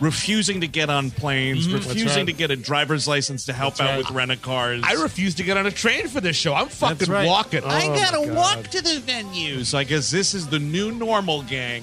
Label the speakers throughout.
Speaker 1: refusing to get on planes, refusing
Speaker 2: right.
Speaker 1: to get a driver's license to help out with rent a cars.
Speaker 3: I refuse to get on a train for this show. I'm
Speaker 1: That's
Speaker 3: fucking
Speaker 1: right.
Speaker 3: walking.
Speaker 1: I
Speaker 2: Oh,
Speaker 1: gotta
Speaker 2: my God.
Speaker 1: walk to the venue. So I guess this is the new normal, gang.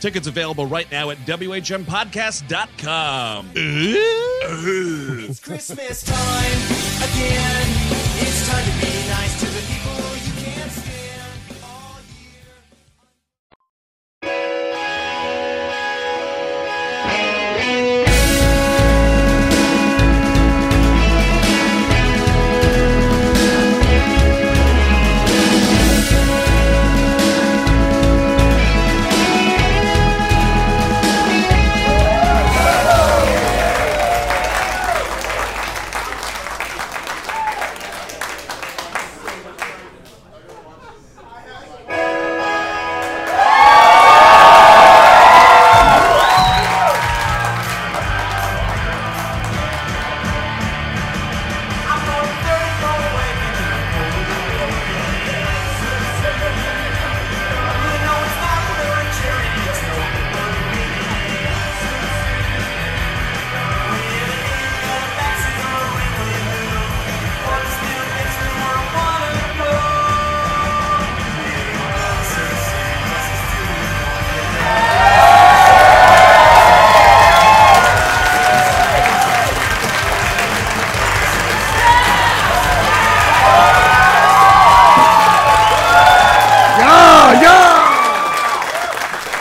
Speaker 1: Tickets available right now at WHMPodcast.com.
Speaker 4: It's Christmas time again. It's time to be nice to the people you can't stand all year.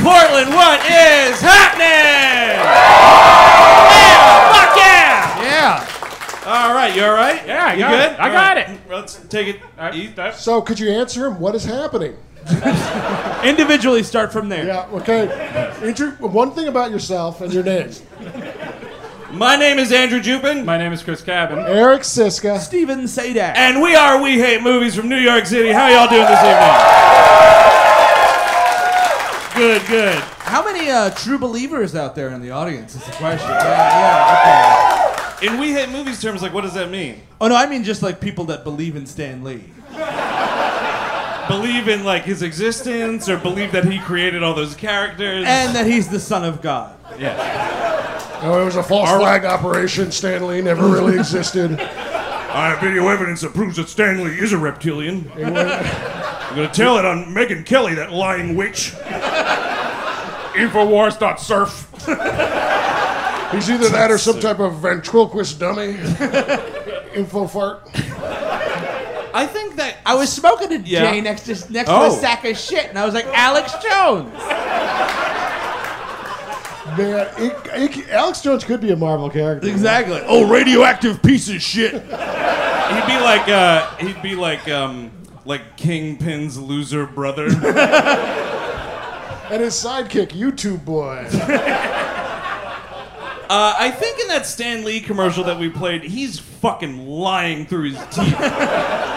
Speaker 3: Portland, what is happening? fuck yeah!
Speaker 2: Yeah.
Speaker 5: All right, you all right? Yeah, I you
Speaker 6: got
Speaker 5: good?
Speaker 6: it. I got
Speaker 5: it. Let's take it. eas-
Speaker 2: So, could you answer him? What is happening?
Speaker 5: Individually, start from there.
Speaker 2: Yeah, okay. Andrew, one thing about yourself and your name.
Speaker 5: My name is Andrew Jupin,
Speaker 6: My name is Chris Cabin.
Speaker 2: Eric Siska.
Speaker 5: Steven Sadak, and
Speaker 3: And we are We Hate Movies from New York City. How y'all doing this evening? Good, good.
Speaker 5: how many uh, true believers out there in the audience is the question? Yeah, yeah,
Speaker 7: In We Hate Movies terms, like, what does that mean?
Speaker 5: okay. Oh no, I mean just like people that believe in Stan Lee.
Speaker 7: Believe in, like, his existence or believe that he created all those characters?
Speaker 5: And that he's the son of God.
Speaker 2: Oh, it was a false flag operation. Stanley never really existed.
Speaker 7: I have video evidence that proves that Stanley is a reptilian. I'm gonna tell it on Megan Kelly, that lying witch. Infowars.surf.
Speaker 2: He's either that or some type of ventriloquist dummy. Info fart.
Speaker 7: I think that.
Speaker 5: I was smoking a J
Speaker 7: Yeah.
Speaker 5: next to next to
Speaker 7: Oh.
Speaker 5: a sack of shit, and I was like, Alex Jones.
Speaker 2: Man, it, it, Alex Jones could be a Marvel character.
Speaker 5: Exactly.
Speaker 7: Oh, radioactive piece of shit. he'd be like, uh, he'd be like, um, like Kingpin's loser brother.
Speaker 2: And his sidekick, YouTube boy.
Speaker 1: Uh, I think in that Stan Lee commercial that we played, he's fucking lying through his teeth.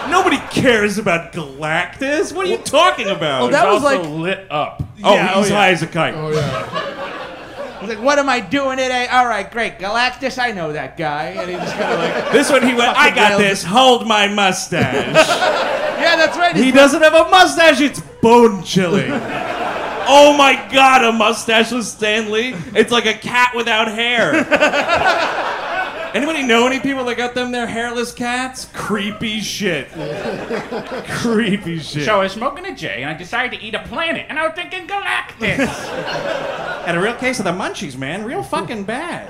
Speaker 1: Nobody cares about Galactus. What are you talking about?
Speaker 3: Well, that
Speaker 1: It's
Speaker 3: was
Speaker 1: also
Speaker 3: like-
Speaker 1: lit up. Oh,
Speaker 3: Yeah,
Speaker 1: he's
Speaker 3: oh, yeah.
Speaker 1: high as a kite.
Speaker 8: Oh yeah.
Speaker 3: He's like, what am I doing today? All right, great. Galactus, I know that guy. And he just kind of like,
Speaker 1: This one, he went. I got
Speaker 3: nailed
Speaker 1: this. Hold my mustache.
Speaker 3: yeah, that's right.
Speaker 1: he doesn't have a mustache. It's bone chilling. oh my god, a mustacheless Stan Lee. It's like a cat without hair. Anybody know any people that got them their hairless cats? Creepy shit. Creepy shit.
Speaker 2: So I was smoking a J and I decided to eat a planet, and I was thinking Galactus.
Speaker 1: Had a real case of the munchies, man. Real fucking bad.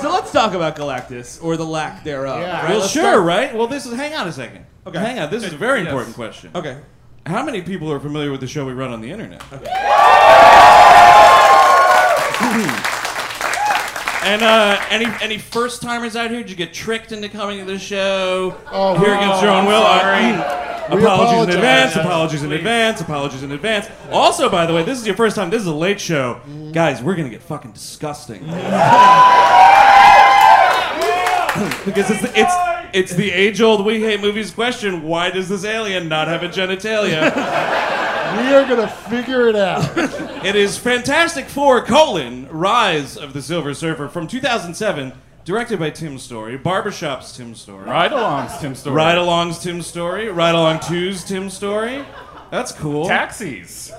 Speaker 3: So let's talk about Galactus or the lack thereof.
Speaker 8: Yeah.
Speaker 3: Right,
Speaker 1: Well,
Speaker 3: let's
Speaker 1: sure,
Speaker 3: start-
Speaker 1: right? Well, this is. Hang on a second.
Speaker 3: Okay.
Speaker 1: Hang on. This is a very
Speaker 2: yes.
Speaker 1: important question.
Speaker 3: Okay.
Speaker 1: How many people are familiar with the show we run on the internet? and uh, any any first timers out here? Did you get tricked into coming to this show?
Speaker 8: Oh,
Speaker 1: here
Speaker 8: we-
Speaker 1: against your own
Speaker 8: oh,
Speaker 1: will.
Speaker 8: I'm
Speaker 1: Uh,
Speaker 8: We
Speaker 1: apologies in
Speaker 8: apologize.
Speaker 1: advance.
Speaker 8: Yes,
Speaker 1: Apologies in advance. Apologies in advance. Also, by the way, this is your first time. This is a late show, guys. We're gonna get fucking disgusting. Because it's the, it's it's the age old we hate movies question. Why does this alien not have a genitalia?
Speaker 8: We are gonna figure it out.
Speaker 1: it is Fantastic Four: colon, Rise of the Silver Surfer from 2007, directed by Tim Story, Barbershop's Tim Story,
Speaker 2: Ride alongs, Tim Story.
Speaker 1: Ride Along's Tim Story, Ride Along 2's Tim Story. That's cool.
Speaker 2: Taxis.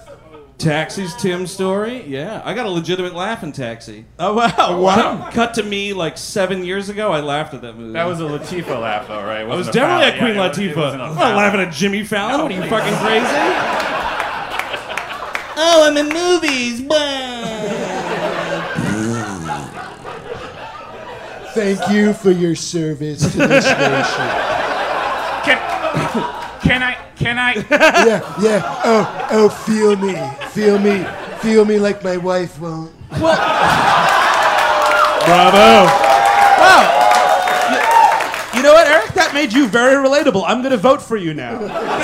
Speaker 1: Taxi's Tim Story. Yeah, I got a legitimate laugh in Taxi.
Speaker 3: Oh, wow. Wow.
Speaker 1: Cut, cut to me like seven years ago. I laughed at that movie.
Speaker 2: That was a Latifah laugh, though, right? It
Speaker 1: I was
Speaker 2: wasn't a
Speaker 1: definitely at
Speaker 2: foul.
Speaker 1: Queen
Speaker 2: Yeah, it was- it
Speaker 1: Latifah.
Speaker 2: wasn't a
Speaker 1: I'm
Speaker 2: foul.
Speaker 1: not laughing at Jimmy Fallon.
Speaker 2: No,
Speaker 1: what are you
Speaker 2: please.
Speaker 1: fucking crazy? oh, I'm in movies. Blah.
Speaker 8: Thank you for your service to this nation.
Speaker 2: Can, can I? Can I?
Speaker 8: Yeah, yeah. Oh, oh, feel me, feel me, feel me like my wife won't.
Speaker 1: Bravo.
Speaker 3: You know what, Eric? That made you very relatable. I'm going to vote for you now.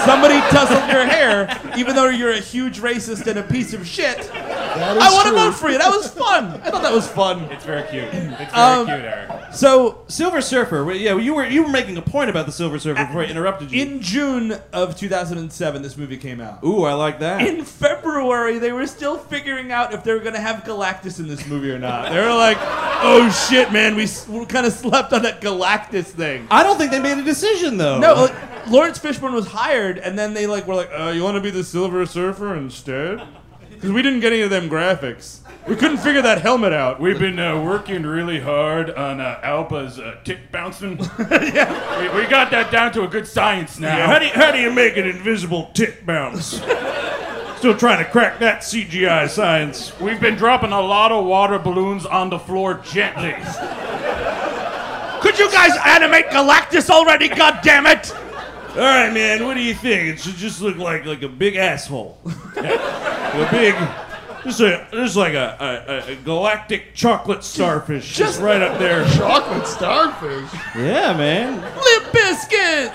Speaker 3: Somebody tousled your hair, even though you're a huge racist and a piece of shit.
Speaker 8: That is
Speaker 3: I want to
Speaker 8: true.
Speaker 3: vote for you. That was fun. I thought that was fun.
Speaker 2: It's very cute. It's very
Speaker 3: Um,
Speaker 2: cute, Eric.
Speaker 3: So,
Speaker 1: Silver Surfer. Well, Yeah, you were you were making a point about the Silver Surfer before I interrupted you.
Speaker 3: Uh, in June of 2007, this movie came out.
Speaker 1: Ooh, I like that.
Speaker 3: In February, they were still figuring out if they were going to have Galactus in this movie or not. They were like, oh shit, man, we, s- we kind of slept on that Galactus thing.
Speaker 1: I don't think they made a decision though.
Speaker 3: No, like, Lawrence Fishburne was hired, and then they like were like, uh, "You want to be the Silver Surfer instead?" Because we didn't get any of them graphics. We couldn't figure that helmet out. We
Speaker 2: We've been uh, working really hard on uh, Alba's uh, tick bouncing. we, we got that down to a good science now.
Speaker 1: Yeah, how do you, how do you make an invisible tick bounce? Still trying to crack that CGI science.
Speaker 2: We've been dropping a lot of water balloons on the floor gently. Could you guys animate Galactus already? God damn it!
Speaker 1: All right, man. What do you think? It should just look like like a big asshole, a big, just a just like a, a, a galactic chocolate starfish, just, right up there.
Speaker 8: Chocolate starfish.
Speaker 1: Yeah, man.
Speaker 3: Limp Biscuit.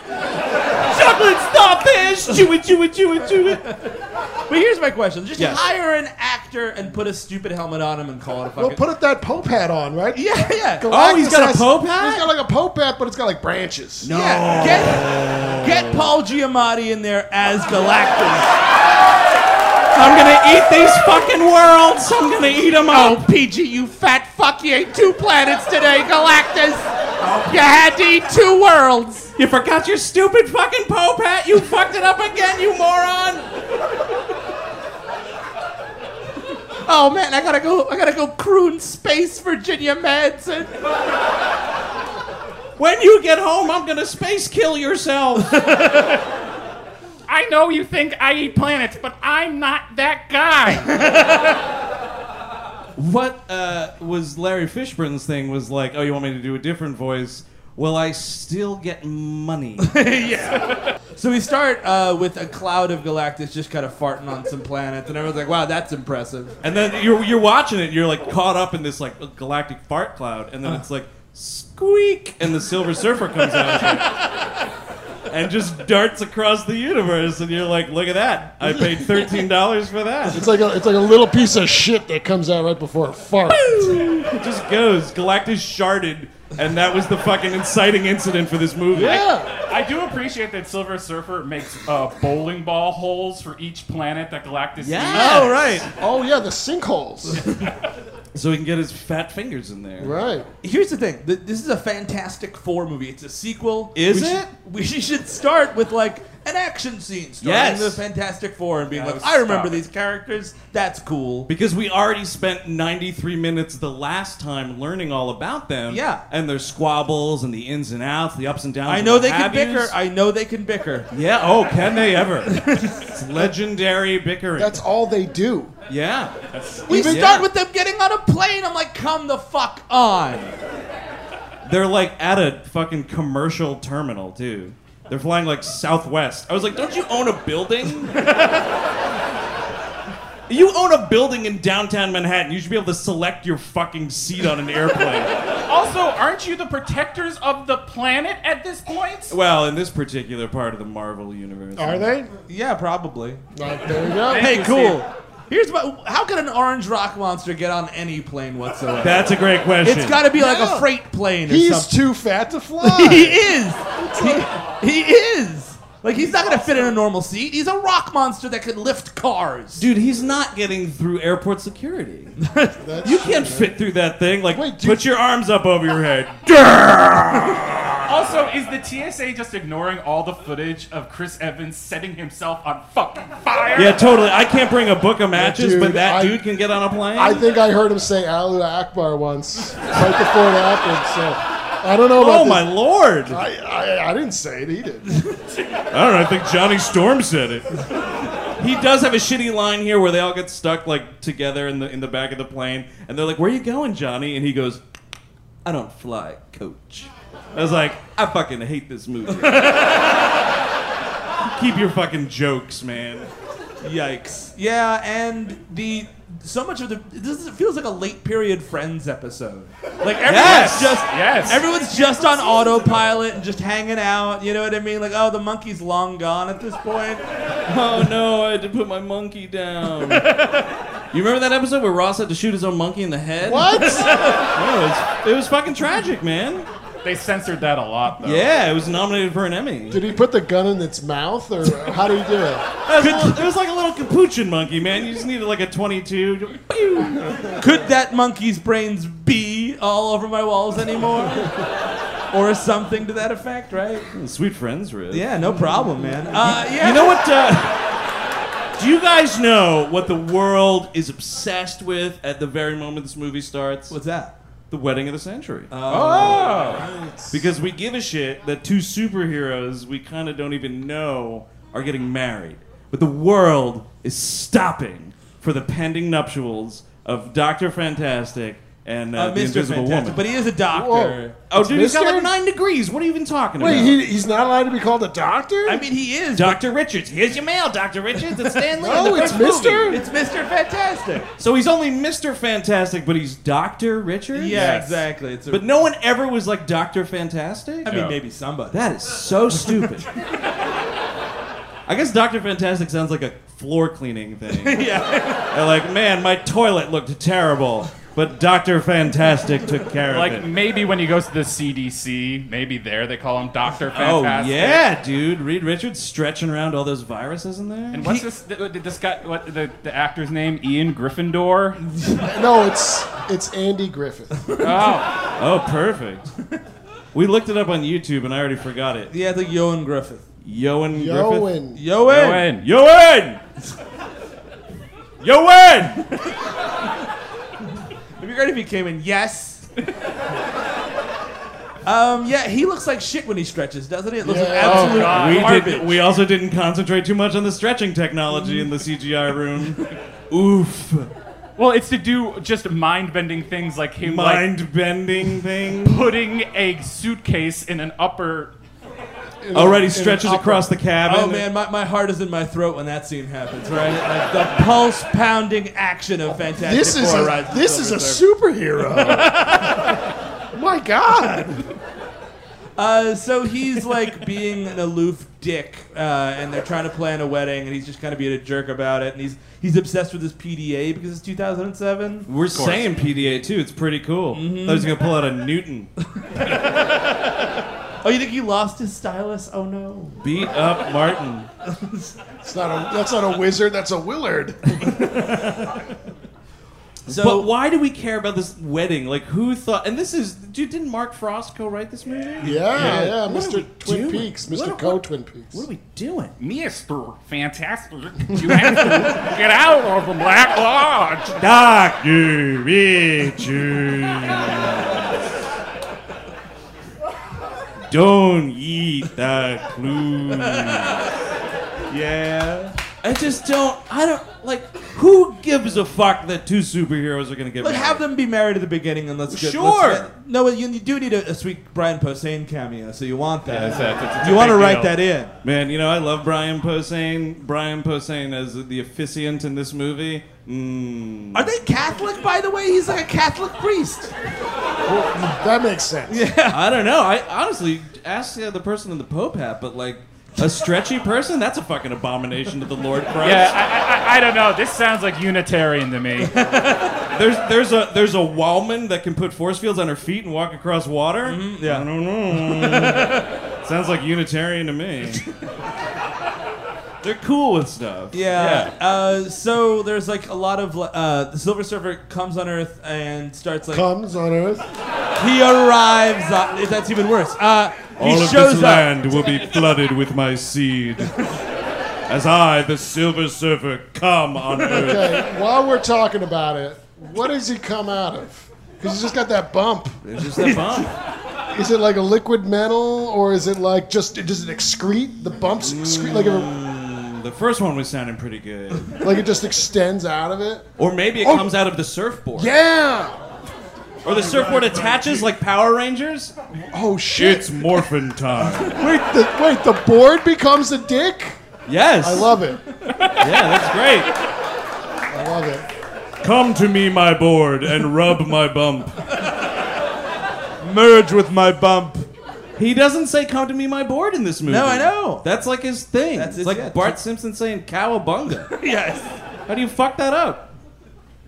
Speaker 1: Chocolate starfish. Chew it, chew it, chew it, chew it.
Speaker 3: But here's my question: Just
Speaker 1: Yes.
Speaker 3: hire an actor and put a stupid helmet on him and call it a
Speaker 8: Well,
Speaker 3: fucking.
Speaker 8: put it that pope hat on, right?
Speaker 3: yeah, yeah.
Speaker 1: Oh, he's got a pope hat?
Speaker 8: He's got like a pope hat, but it's got like branches.
Speaker 1: No.
Speaker 3: Yeah, Get, get Paul Giamatti in there as Galactus.
Speaker 1: I'm gonna eat these fucking worlds. I'm gonna eat them up.
Speaker 3: PG, Oh, you fat fuck! You ate two planets today, Galactus. You had to eat two worlds.
Speaker 1: You forgot your stupid fucking pope hat. You fucked it up again, you moron.
Speaker 3: Oh man, I gotta go. I gotta go croon space Virginia Madsen.
Speaker 1: When you get home, I'm gonna space kill yourself.
Speaker 2: I know you think I eat planets, but I'm not that guy.
Speaker 1: What uh, was Larry Fishburne's thing was like, oh, you want me to do a different voice? Will I still get money?
Speaker 3: So we start uh, with a cloud of Galactus just kind of farting on some planets, and everyone's like, "Wow, that's impressive."
Speaker 1: and then you're, you're watching it, you're like caught up in this like galactic fart cloud,
Speaker 3: Uh.
Speaker 1: and then it's like squeak, and the Silver Surfer comes out and just darts across the universe, and you're like, look at that! I paid thirteen dollars for that.
Speaker 8: It's like a it's like a little piece of shit that comes out right before a fart.
Speaker 1: It just goes. Galactus sharded, and that was the fucking inciting incident for this movie.
Speaker 6: I do appreciate that Silver Surfer makes uh, bowling ball holes for each planet that Galactus
Speaker 1: Yeah.
Speaker 6: sees.
Speaker 1: Oh, right.
Speaker 8: Oh yeah, the sinkholes.
Speaker 1: So he can get his fat fingers in there.
Speaker 8: right.
Speaker 3: Here's the thing. Th- This is a Fantastic Four movie. It's a sequel.
Speaker 1: Is
Speaker 3: we
Speaker 1: it?
Speaker 3: Should, we should start with like an action scene starring
Speaker 1: Yes.
Speaker 3: the Fantastic Four and being
Speaker 6: Yeah,
Speaker 3: like,
Speaker 6: stop
Speaker 3: I remember
Speaker 6: it.
Speaker 3: these characters. That's cool.
Speaker 1: Because we already spent 93 minutes the last time learning all about them.
Speaker 3: Yeah.
Speaker 1: And their squabbles and the ins and outs, the ups and downs.
Speaker 3: I
Speaker 1: and
Speaker 3: know
Speaker 1: the
Speaker 3: they can
Speaker 1: have-yous.
Speaker 3: bicker. I know they can bicker.
Speaker 1: yeah. Oh, can they ever? it's legendary bickering.
Speaker 8: That's all they do.
Speaker 1: yeah.
Speaker 3: We
Speaker 1: Even-
Speaker 3: start
Speaker 1: Yeah.
Speaker 3: with them getting on a plane. I'm like, come the fuck on.
Speaker 1: They're like at a fucking commercial terminal, too. They're flying like Southwest. I was like, don't you own a building? you own a building in downtown Manhattan. You should be able to select your fucking seat on an airplane.
Speaker 6: Also, aren't you the protectors of the planet at this point?
Speaker 1: well, in this particular part of the Marvel universe.
Speaker 8: Are they?
Speaker 3: Yeah, probably.
Speaker 8: Right, there you go.
Speaker 3: Hey,
Speaker 6: you,
Speaker 3: cool. Here's my, how could an orange rock monster get on any plane whatsoever?
Speaker 1: That's a great question.
Speaker 3: it's got to be like
Speaker 8: Yeah.
Speaker 3: a freight plane or
Speaker 8: He's
Speaker 3: something.
Speaker 8: too fat to
Speaker 3: he
Speaker 8: fly.
Speaker 3: is. He, he is. Like he's not gonna fit in a normal seat. He's a rock monster that could lift cars.
Speaker 1: Dude, he's not getting through airport security. you can't fit through that thing. Like,
Speaker 8: Wait, do
Speaker 1: put your arms up over your head.
Speaker 6: Also, is the TSA just ignoring all the footage of Chris Evans setting himself on fucking fire?
Speaker 1: yeah, totally. I can't bring a book of matches,
Speaker 8: dude,
Speaker 1: but that
Speaker 8: I-
Speaker 1: dude can get on a plane.
Speaker 8: I think I heard him say "Alu Akbar" once, right before it happened. So I don't know about
Speaker 1: oh my lord! I
Speaker 8: this. I, I, I didn't say it. He did.
Speaker 1: don't know. I think Johnny Storm said it. he does have a shitty line here where they all get stuck like together in the in the back of the plane, and they're like, "Where you going, Johnny?" And he goes, "I don't fly, coach." I was like, "I fucking hate this movie." Keep your fucking jokes, man. Yikes.
Speaker 3: Yeah, and the so much of the this is- feels like a late period Friends episode. Like everyone's
Speaker 1: Yes.
Speaker 3: just
Speaker 6: Yes.
Speaker 3: everyone's just on autopilot and just hanging out. You know what I mean? Like oh, the monkey's long gone at this point.
Speaker 1: Oh no, I had to put my monkey down. you remember that episode where Ross had to shoot his own monkey in the head?
Speaker 8: What?
Speaker 1: No, it was, it was fucking tragic, man.
Speaker 6: They censored that a lot, though.
Speaker 1: Yeah, it was nominated for an Emmy.
Speaker 8: Did he put the gun in its mouth, or how do you do it?
Speaker 1: That was a little- it was like a little capuchin monkey, man. You just needed like a 22. Pew.
Speaker 3: Could that monkey's brains be all over my walls anymore? uh, or something to that effect, right?
Speaker 1: Sweet friends, Riz.
Speaker 3: Yeah, no problem, man. Uh, yeah.
Speaker 1: You know what? Uh, do you guys know what the world is obsessed with at the very moment this movie starts?
Speaker 3: what's that?
Speaker 1: the wedding of the century.
Speaker 3: Oh,
Speaker 1: Oh. Because we give a shit that two superheroes we kind of don't even know are getting married. But the world is stopping for the pending nuptials of Dr. Fantastic and uh,
Speaker 3: Uh,
Speaker 1: the
Speaker 3: Mr.
Speaker 1: Invisible
Speaker 3: Fantastic,
Speaker 1: Woman.
Speaker 3: but he is a doctor.
Speaker 1: oh, dude, he's got
Speaker 8: Mr.?
Speaker 1: like nine degrees. What are you even talking
Speaker 8: Wait,
Speaker 1: about?
Speaker 8: he, he's not allowed to be called a doctor.
Speaker 3: I mean, he is.
Speaker 1: Dr. Richards. Here's your mail, Dr. Richards. It's Stanley.
Speaker 8: No, it's Mister.
Speaker 3: It's Mr. Fantastic.
Speaker 1: So he's only Mr. Fantastic, but he's Dr. Richards?
Speaker 3: Yeah, exactly. It's a,
Speaker 1: But no one ever was like Dr. Fantastic?
Speaker 3: I mean, maybe somebody.
Speaker 1: That is so stupid. I guess Dr. Fantastic sounds like a floor cleaning thing.
Speaker 3: yeah.
Speaker 1: They're like, man, my toilet looked terrible, but Dr. Fantastic took care
Speaker 6: Like
Speaker 1: of it.
Speaker 6: maybe when he goes to the CDC, maybe there they call him Doctor
Speaker 1: Oh,
Speaker 6: Fantastic.
Speaker 1: yeah, dude. Reed Richards stretching around all those viruses in there.
Speaker 6: And what's this? th- Did this guy? What the, the actor's name? Ian Gryffindor.
Speaker 8: no, it's it's Andy Griffith.
Speaker 6: Oh,
Speaker 1: Oh, perfect. we looked it up on YouTube and I already forgot it.
Speaker 3: Yeah, it's like Yoan Griffith.
Speaker 1: Yoan Griffith.
Speaker 6: Owen.
Speaker 3: Yoan.
Speaker 8: Yowen.
Speaker 1: Yoan! Yoan!
Speaker 3: It'd be great if he came in. Yes. um. Yeah, he looks like shit when he stretches, doesn't he? It looks like
Speaker 8: Yeah. Oh,
Speaker 3: absolute
Speaker 6: God.
Speaker 1: We,
Speaker 3: garbage.
Speaker 1: did, we also didn't concentrate too much on the stretching technology in the CGI room. Oof.
Speaker 6: Well, it's to do just mind-bending things like him like
Speaker 1: Mind bending thing.
Speaker 6: putting a suitcase in an upper.
Speaker 1: Already stretches across the cabin.
Speaker 3: Oh man, my, my heart is in my throat when that scene happens, right? Like the pulse pounding action of Fantastic
Speaker 8: This is
Speaker 3: Four
Speaker 8: a,
Speaker 3: rides the
Speaker 8: this is a
Speaker 3: Silver Surfer.
Speaker 8: superhero. my God.
Speaker 3: Uh, so he's like being an aloof dick, uh, and they're trying to plan a wedding, and he's just kind of being a jerk about it, and he's he's obsessed with this PDA because it's 2007.
Speaker 1: We're saying PDA too. It's pretty cool. I was gonna pull out a Newton.
Speaker 3: Oh, you think he lost his stylus? Oh no.
Speaker 1: Beat up Martin.
Speaker 8: It's not a, that's not a wizard. That's a Willard.
Speaker 3: So
Speaker 1: but why do we care about this wedding? Like, who thought? And this is, dude, didn't Mark Frost co-write this movie?
Speaker 8: Yeah, yeah, Mr. Twin Peaks, Mr. Co Twin Peaks.
Speaker 3: what are we doing?
Speaker 6: Mr. Fantastic, you have to get out of the Black Lodge.
Speaker 5: Doctor Richard.
Speaker 1: Don't eat the clues. yeah. I just don't. I don't like. Who gives a fuck that two superheroes are gonna get
Speaker 3: Like,
Speaker 1: married?
Speaker 3: have them be married at the beginning, and let's get
Speaker 1: Sure.
Speaker 3: Let's get, no, you, you do need a, a sweet Brian Posehn cameo, so you want that.
Speaker 1: Yeah, that's- that's- it's a
Speaker 3: you want to
Speaker 1: big
Speaker 3: write
Speaker 1: deal.
Speaker 3: that in.
Speaker 1: Man, you know I love Brian Posehn. Brian Posehn as the officiant in this movie. Mm.
Speaker 3: Are they Catholic, by the way? He's like a Catholic priest.
Speaker 8: That makes sense.
Speaker 1: I don't know. I honestly ask uh, the person in the Pope hat, but like a stretchy person, that's a fucking abomination to the Lord Christ.
Speaker 6: Yeah, I, I, I don't know. This sounds like Unitarian to me.
Speaker 1: There's there's a there's a Wallman that can put force fields on her feet and walk across water.
Speaker 3: Mm-hmm.
Speaker 1: yeah, I don't know. Sounds like Unitarian to me. They're cool with stuff.
Speaker 3: Yeah. Uh, so there's like a lot of like, uh, the Silver Surfer comes on Earth and starts like
Speaker 8: Comes on Earth.
Speaker 3: he arrives. On, that's even worse. Uh, he
Speaker 1: All of
Speaker 3: shows
Speaker 1: this
Speaker 3: up.
Speaker 1: land will be flooded with my seed. As I, the Silver Surfer, come on earth.
Speaker 8: Okay, while we're talking about it, what does he come out of? Because he's just got that bump.
Speaker 1: It's just that bomb.
Speaker 8: Is it like a liquid metal, or is it like just does it excrete the bumps? Excrete like it,
Speaker 1: The first one was sounding pretty good.
Speaker 8: like it just extends out of it.
Speaker 1: Or maybe it
Speaker 8: Oh.
Speaker 1: comes out of the surfboard.
Speaker 8: Yeah.
Speaker 1: Or the surfboard attaches like Power Rangers.
Speaker 8: Oh shit.
Speaker 1: morphin time.
Speaker 8: wait, the, wait, the board becomes a dick.
Speaker 1: Yes.
Speaker 8: I love it.
Speaker 1: Yeah, that's great.
Speaker 8: I love it.
Speaker 1: Come to me, my board, and rub my bump. Merge with my bump. He doesn't say "come to me, my board" in this movie.
Speaker 3: No, I know.
Speaker 1: That's like his thing. That's
Speaker 3: That's his-
Speaker 1: it's like
Speaker 3: yeah.
Speaker 1: Bart Simpson saying "cowabunga."
Speaker 3: yes.
Speaker 1: How do you fuck that up?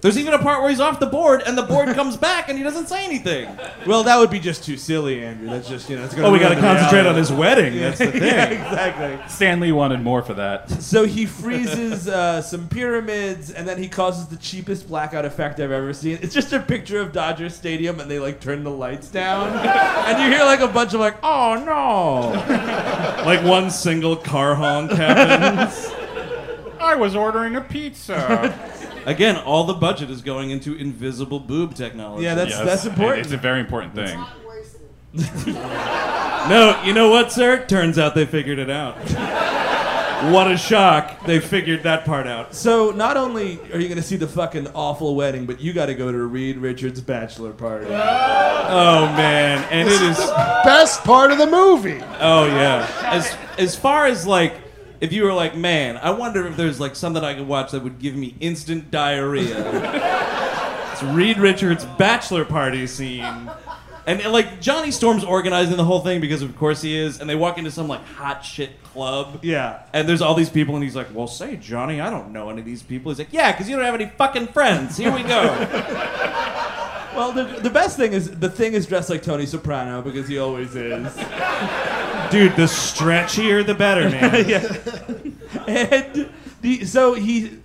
Speaker 1: There's even a part where he's off the board and the board comes back and he doesn't say anything.
Speaker 3: Well, that would be just too silly, Andrew. That's just you know. It's gonna
Speaker 9: Oh,
Speaker 1: gotta
Speaker 3: ruin the reality.
Speaker 1: his wedding. That's the thing.
Speaker 3: yeah, exactly.
Speaker 6: Stanley wanted more for that.
Speaker 3: So he freezes uh, some pyramids, and then he causes the cheapest blackout effect I've ever seen. It's just a picture of Dodger Stadium, and they like turn the lights down, and you hear like a bunch of like, "Oh no."
Speaker 1: Like one single car honk happens.
Speaker 6: I was ordering a pizza.
Speaker 1: Again, all the budget is going into invisible boob technology.
Speaker 3: Yeah, that's that's important.
Speaker 6: It's a very important thing.
Speaker 1: No, you know what, sir? Turns out they figured it out. what a shock. They figured that part out.
Speaker 3: so not only are you gonna see the fucking awful wedding, but you gotta go to Reed Richards' bachelor party.
Speaker 1: Oh, man. And it is.
Speaker 8: Best part of the movie.
Speaker 1: Oh, yeah. As, as far as like. If you were like, man, I wonder if there's like something I could watch that would give me instant diarrhea. it's Reed Richards' bachelor party scene. And, and, like Johnny Storm's organizing the whole thing because of course he is, and they walk into some like hot shit club.
Speaker 3: Yeah.
Speaker 1: And there's all these people, and he's like, "Well, say Johnny, I don't know any of these people." He's like, "Yeah, because you don't have any fucking friends." Here we go.
Speaker 3: Well, the, the best thing is the thing is dressed like Tony Soprano because he always is.
Speaker 1: Dude, the stretchier the better, man.
Speaker 3: and the, so he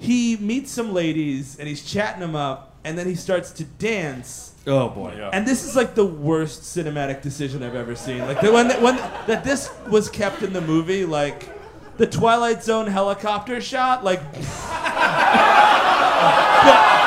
Speaker 3: he meets some ladies and he's chatting them up, and then he starts to dance.
Speaker 1: oh boy.
Speaker 3: And this is like the worst cinematic decision I've ever seen. Like the one that, when that this was kept in the movie, like the Twilight Zone helicopter shot, like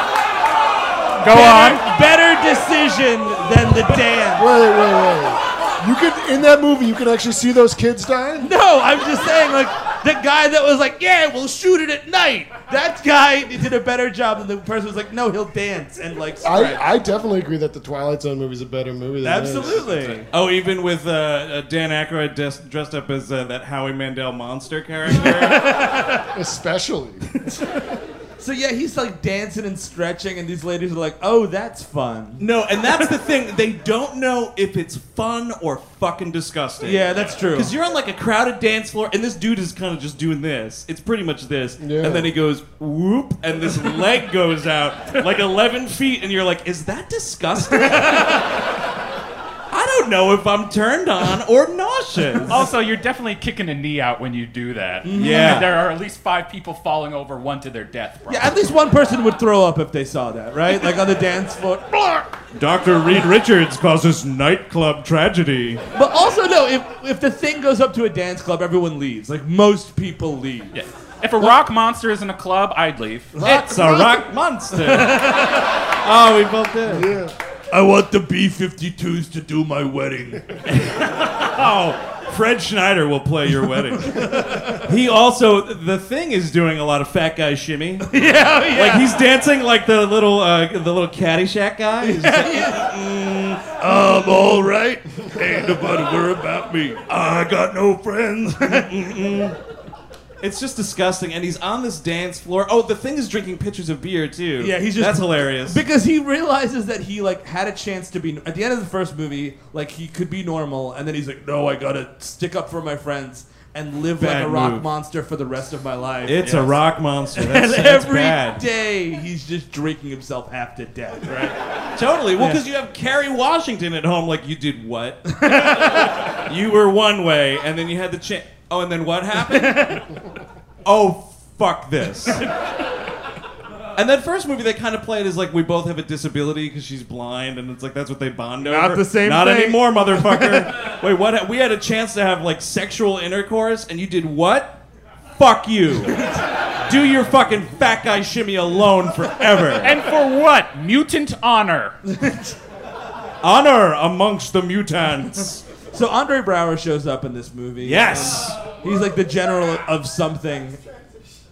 Speaker 6: Go on.
Speaker 3: better decision than the dance.
Speaker 8: Wait, wait, wait. You could in that movie, you could actually see those kids dying.
Speaker 3: No, I'm just saying, like the guy that was like, "Yeah, we'll shoot it at night." That guy did a better job than the person was like, "No, he'll dance and like." stretch."
Speaker 8: I, I definitely agree that the Twilight Zone movie is a better movie. Than this.
Speaker 3: Absolutely.
Speaker 1: Oh, even with uh, uh, Dan Aykroyd des- dressed up as uh, that Howie Mandel monster character.
Speaker 8: especially.
Speaker 3: So yeah, he's like dancing and stretching, and these ladies are like, "Oh, that's fun."
Speaker 1: No, and that's the thing. They don't know if it's fun or fucking disgusting.
Speaker 3: Yeah, that's true.
Speaker 1: Because you're on like a crowded dance floor, and this dude is kind of just doing this. It's pretty much this.
Speaker 8: Yeah.
Speaker 1: And then he goes whoop, and this leg goes out like 11 feet, and you're like, is that disgusting? I don't know if I'm turned on or nauseous.
Speaker 6: Also, you're definitely kicking a knee out when you do that.
Speaker 1: Yeah.
Speaker 6: And there are at least five people falling over, one to their death. Bro.
Speaker 3: yeah, at least one person would throw up if they saw that, right? Like on the dance floor.
Speaker 1: Dr. Reed Richards causes nightclub tragedy.
Speaker 3: But also, no, if if the thing goes up to a dance club, everyone leaves. Like most people leave.
Speaker 6: Yeah. If a rock monster is in a club, I'd leave.
Speaker 1: It's a rock monster. oh, we both did.
Speaker 10: I want the B 52s to do my wedding.
Speaker 1: Oh, Fred Schneider will play your wedding. he also, the thing is doing a lot of fat guy shimmy. Yeah, yeah. Like he's dancing like the little, uh, the little Caddyshack guy. He's just like,
Speaker 10: I'm all right. Ain't nobody worry about me. I got no friends.
Speaker 1: it's just disgusting. And he's on this dance floor. Oh, the thing is drinking pitchers of beer too.
Speaker 3: Yeah, he's just-
Speaker 1: that's hilarious.
Speaker 3: Because he realizes that he like had a chance to be at the end of the first movie, like he could be normal, and then he's like, "No, I gotta stick up for my friends and live like
Speaker 1: Bad
Speaker 3: a rock
Speaker 1: move.
Speaker 3: monster for the rest of my life."
Speaker 1: it's a rock monster. That's,
Speaker 3: and
Speaker 1: that's
Speaker 3: every
Speaker 1: bad.
Speaker 3: day he's just drinking himself half to death, right?
Speaker 1: Totally. Well, because you have Kerry Washington at home, like, you did what? you were one way, and then you had the chin. Oh, and then what happened? oh, fuck this. And that first movie, they kind of play it as like we both have a disability because she's blind, and it's like that's what they bond over.
Speaker 5: the same
Speaker 1: Not
Speaker 5: thing.
Speaker 1: anymore, motherfucker. Wait, what? ha- We had a chance to have like sexual intercourse, and you did what? Fuck you. Do your fucking fat guy shimmy alone forever.
Speaker 6: And for what? Mutant honor.
Speaker 1: honor amongst the mutants.
Speaker 3: So Andre Brower shows up in this movie. Um,
Speaker 1: Yes,
Speaker 3: he's like the general of something.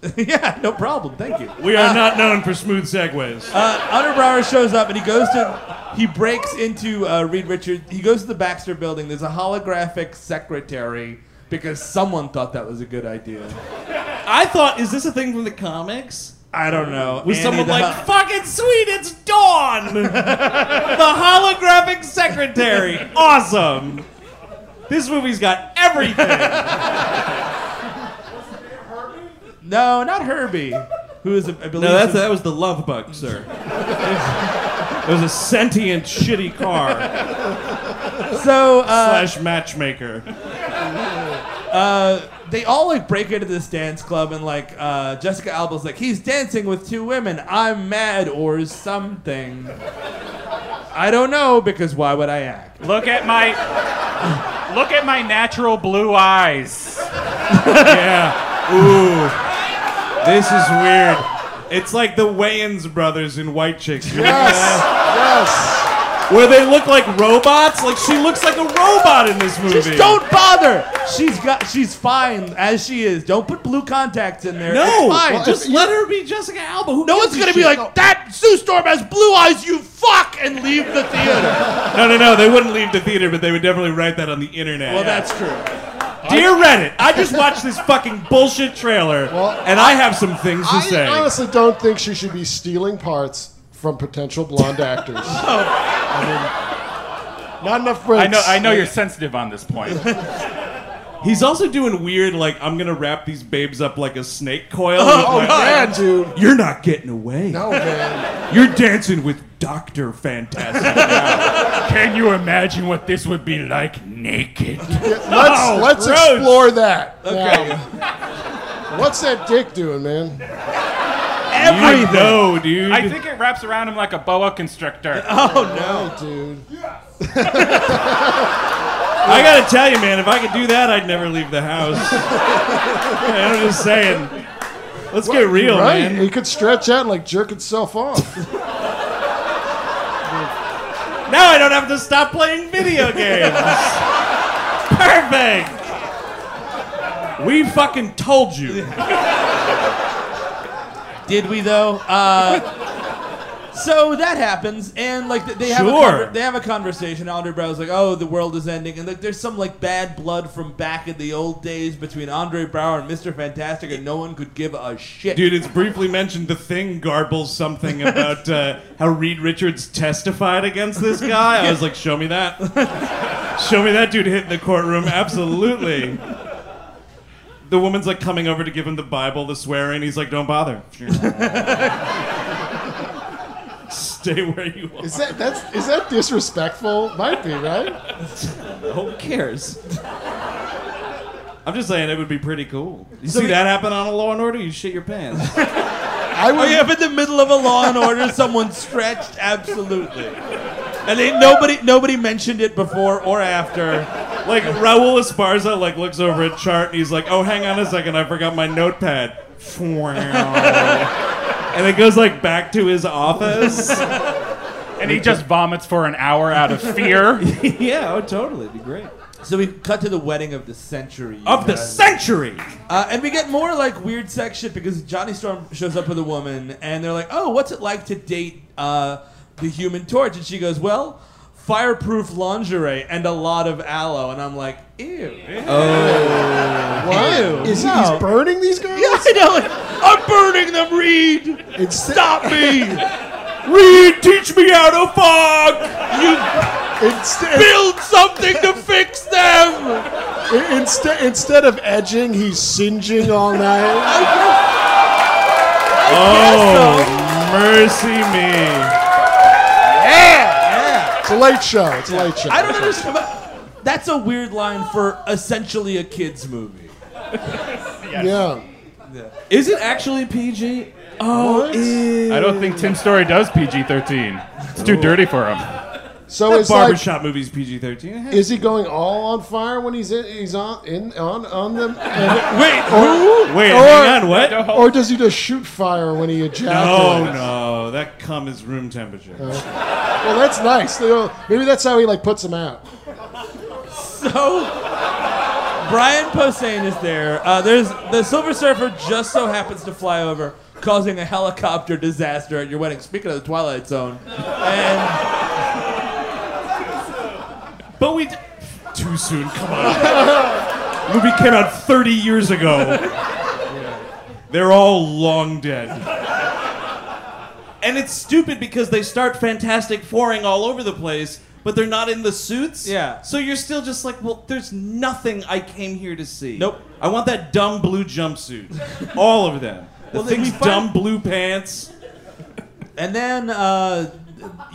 Speaker 3: yeah, no problem. Thank you.
Speaker 1: we are not known for smooth segues.
Speaker 3: Uh, Under Brower shows up and he goes to, he breaks into uh, Reed Richards. He goes to the Baxter Building. There's a holographic secretary because someone thought that was a good idea.
Speaker 1: I thought, is this a thing from the comics?
Speaker 3: I don't know.
Speaker 1: Was
Speaker 3: Andy
Speaker 1: someone
Speaker 3: the
Speaker 1: like,
Speaker 3: Hol-
Speaker 1: "Fucking sweet, it's Dawn, the holographic secretary, awesome." This movie's got everything.
Speaker 3: no, not Herbie, who is a, I believe some-
Speaker 1: was the love bug, sir. It was a sentient, shitty car
Speaker 3: so. Uh,
Speaker 1: slash matchmaker.
Speaker 3: they all like break into this dance club and like uh, Jessica Alba's like he's dancing with two women. I'm mad or something. I don't know because why would I act?
Speaker 6: Look at my look at my natural blue eyes.
Speaker 1: This is weird. It's like the Wayans brothers in White Chicks.
Speaker 8: yes.
Speaker 1: Where they look like robots? Like she looks like a robot in this movie.
Speaker 3: Just don't bother. She's got she's fine as she is. Don't put blue contacts in there.
Speaker 1: No,
Speaker 3: it's fine.
Speaker 8: Well,
Speaker 1: just
Speaker 8: if you-
Speaker 1: let her be Jessica Alba. Who
Speaker 3: no
Speaker 1: gives
Speaker 3: one's
Speaker 1: a
Speaker 3: gonna be
Speaker 1: shit?
Speaker 3: like that. Sue Storm has blue eyes. You fuck and leave the theater.
Speaker 1: No, no, no. They wouldn't leave the theater, but they would definitely write that on the internet.
Speaker 3: well, that's true.
Speaker 1: dear Reddit, I just watched this fucking bullshit trailer,
Speaker 8: Well,
Speaker 1: and I have some things to
Speaker 8: I
Speaker 1: say.
Speaker 8: honestly don't think she should be stealing parts from potential blonde actors. I mean, not enough friends.
Speaker 6: I know I know you're sensitive on this point.
Speaker 1: He's also doing weird, like I'm gonna wrap these babes up like a snake coil.
Speaker 8: Oh,
Speaker 1: With my-
Speaker 8: man, dude.
Speaker 1: You're not getting away.
Speaker 8: No, man.
Speaker 1: You're dancing with Doctor Fantastic.
Speaker 6: Can you imagine what this would be like naked?
Speaker 8: Let's, let's
Speaker 1: gross.
Speaker 8: explore that. Okay. What's that dick doing, man?
Speaker 1: I know, dude.
Speaker 6: I think it wraps around him like a boa constrictor.
Speaker 8: Oh, dude.
Speaker 1: I gotta tell you, man, if I could do that, I'd never leave the house. I'm just saying. Let's get real,
Speaker 8: right?
Speaker 1: man.
Speaker 8: He could stretch out and like jerk itself off.
Speaker 1: Now I don't have to stop playing video games. Perfect. We fucking told you.
Speaker 3: Did we though? Uh, So that happens, and like they have
Speaker 11: Sure.
Speaker 3: a conver- they have a conversation. Andre Brown's like, "Oh, the world is ending," and like there's some like bad blood from back in the old days between Andre Brower and Mister Fantastic, and no one could give a shit.
Speaker 1: Dude, it's briefly mentioned the thing garbles something about uh, how Reed Richards testified against this guy. I was like, show me that. show me that dude hit in the courtroom. Absolutely. The woman's like coming over to give him the Bible, the swearing. He's like, don't bother. Stay where you are.
Speaker 2: Is that that's is that disrespectful? Might be, right?
Speaker 1: Who cares? I'm just saying it would be pretty cool. You
Speaker 3: So
Speaker 1: see
Speaker 3: we-
Speaker 1: that happen on a Law and Order, you shit your pants.
Speaker 2: I
Speaker 3: Oh
Speaker 2: would.
Speaker 3: yeah, if in the middle of a Law and Order, someone stretched absolutely, and they, nobody nobody mentioned it before or after.
Speaker 1: Like Raul Esparza like looks over at chart and he's like, "Oh, hang on a second, I forgot my notepad." and it goes like back to his office.
Speaker 9: And he just vomits for an hour out of fear.
Speaker 1: yeah, oh, totally, it'd be great.
Speaker 3: So we cut to the wedding of the century.
Speaker 1: Of the century.
Speaker 3: Uh, and we get more like weird sex shit because Johnny Storm shows up with a woman and they're like, oh, what's it like to date uh, the human torch? And she goes, well, fireproof lingerie and a lot of aloe. And I'm like, ew.
Speaker 2: What? Is he, he's burning these girls?
Speaker 3: Yeah, I know. Like, I'm burning them, Reed.
Speaker 2: It's
Speaker 3: Stop me.
Speaker 1: Reed, teach me how to fuck.
Speaker 2: Instead,
Speaker 3: Build something to fix them.
Speaker 2: instead, instead of edging, he's singeing all night.
Speaker 1: Oh, mercy me.
Speaker 2: It's a late show. It's a late show.
Speaker 3: I don't understand. but That's a weird line for essentially a kid's movie.
Speaker 2: Yeah.
Speaker 11: Is it actually PG?
Speaker 9: I don't think Tim Story does PG 13. It's too dirty for him.
Speaker 2: So
Speaker 1: That
Speaker 2: it's like,
Speaker 1: barbershop movie's PG-13.
Speaker 2: is he going all on fire when he's in? He's on in on on them, and,
Speaker 1: Wait, who? Wait, hang on, what?
Speaker 2: or does he just shoot fire when he ejaculates?
Speaker 1: No, no, that cum is room temperature.
Speaker 2: Well, that's nice. You know, Maybe that's how he like puts them out.
Speaker 3: So, Oh, Brian Posehn is there. Uh, there's the Silver Surfer just so happens to fly over, causing a helicopter disaster at your wedding. Speaking of the Twilight Zone, and
Speaker 1: But we. D- Too soon, come on. Movie came out 30 years ago. They're all long dead.
Speaker 11: And it's stupid because they start Fantastic Fouring all over the place, but they're not in the suits.
Speaker 3: Yeah.
Speaker 11: So you're still just like, well, there's nothing I came here to see.
Speaker 3: Nope.
Speaker 11: I want that dumb blue jumpsuit. all of them. The
Speaker 3: Well, then
Speaker 11: thing's
Speaker 3: we find-
Speaker 11: dumb blue pants.
Speaker 3: and then uh,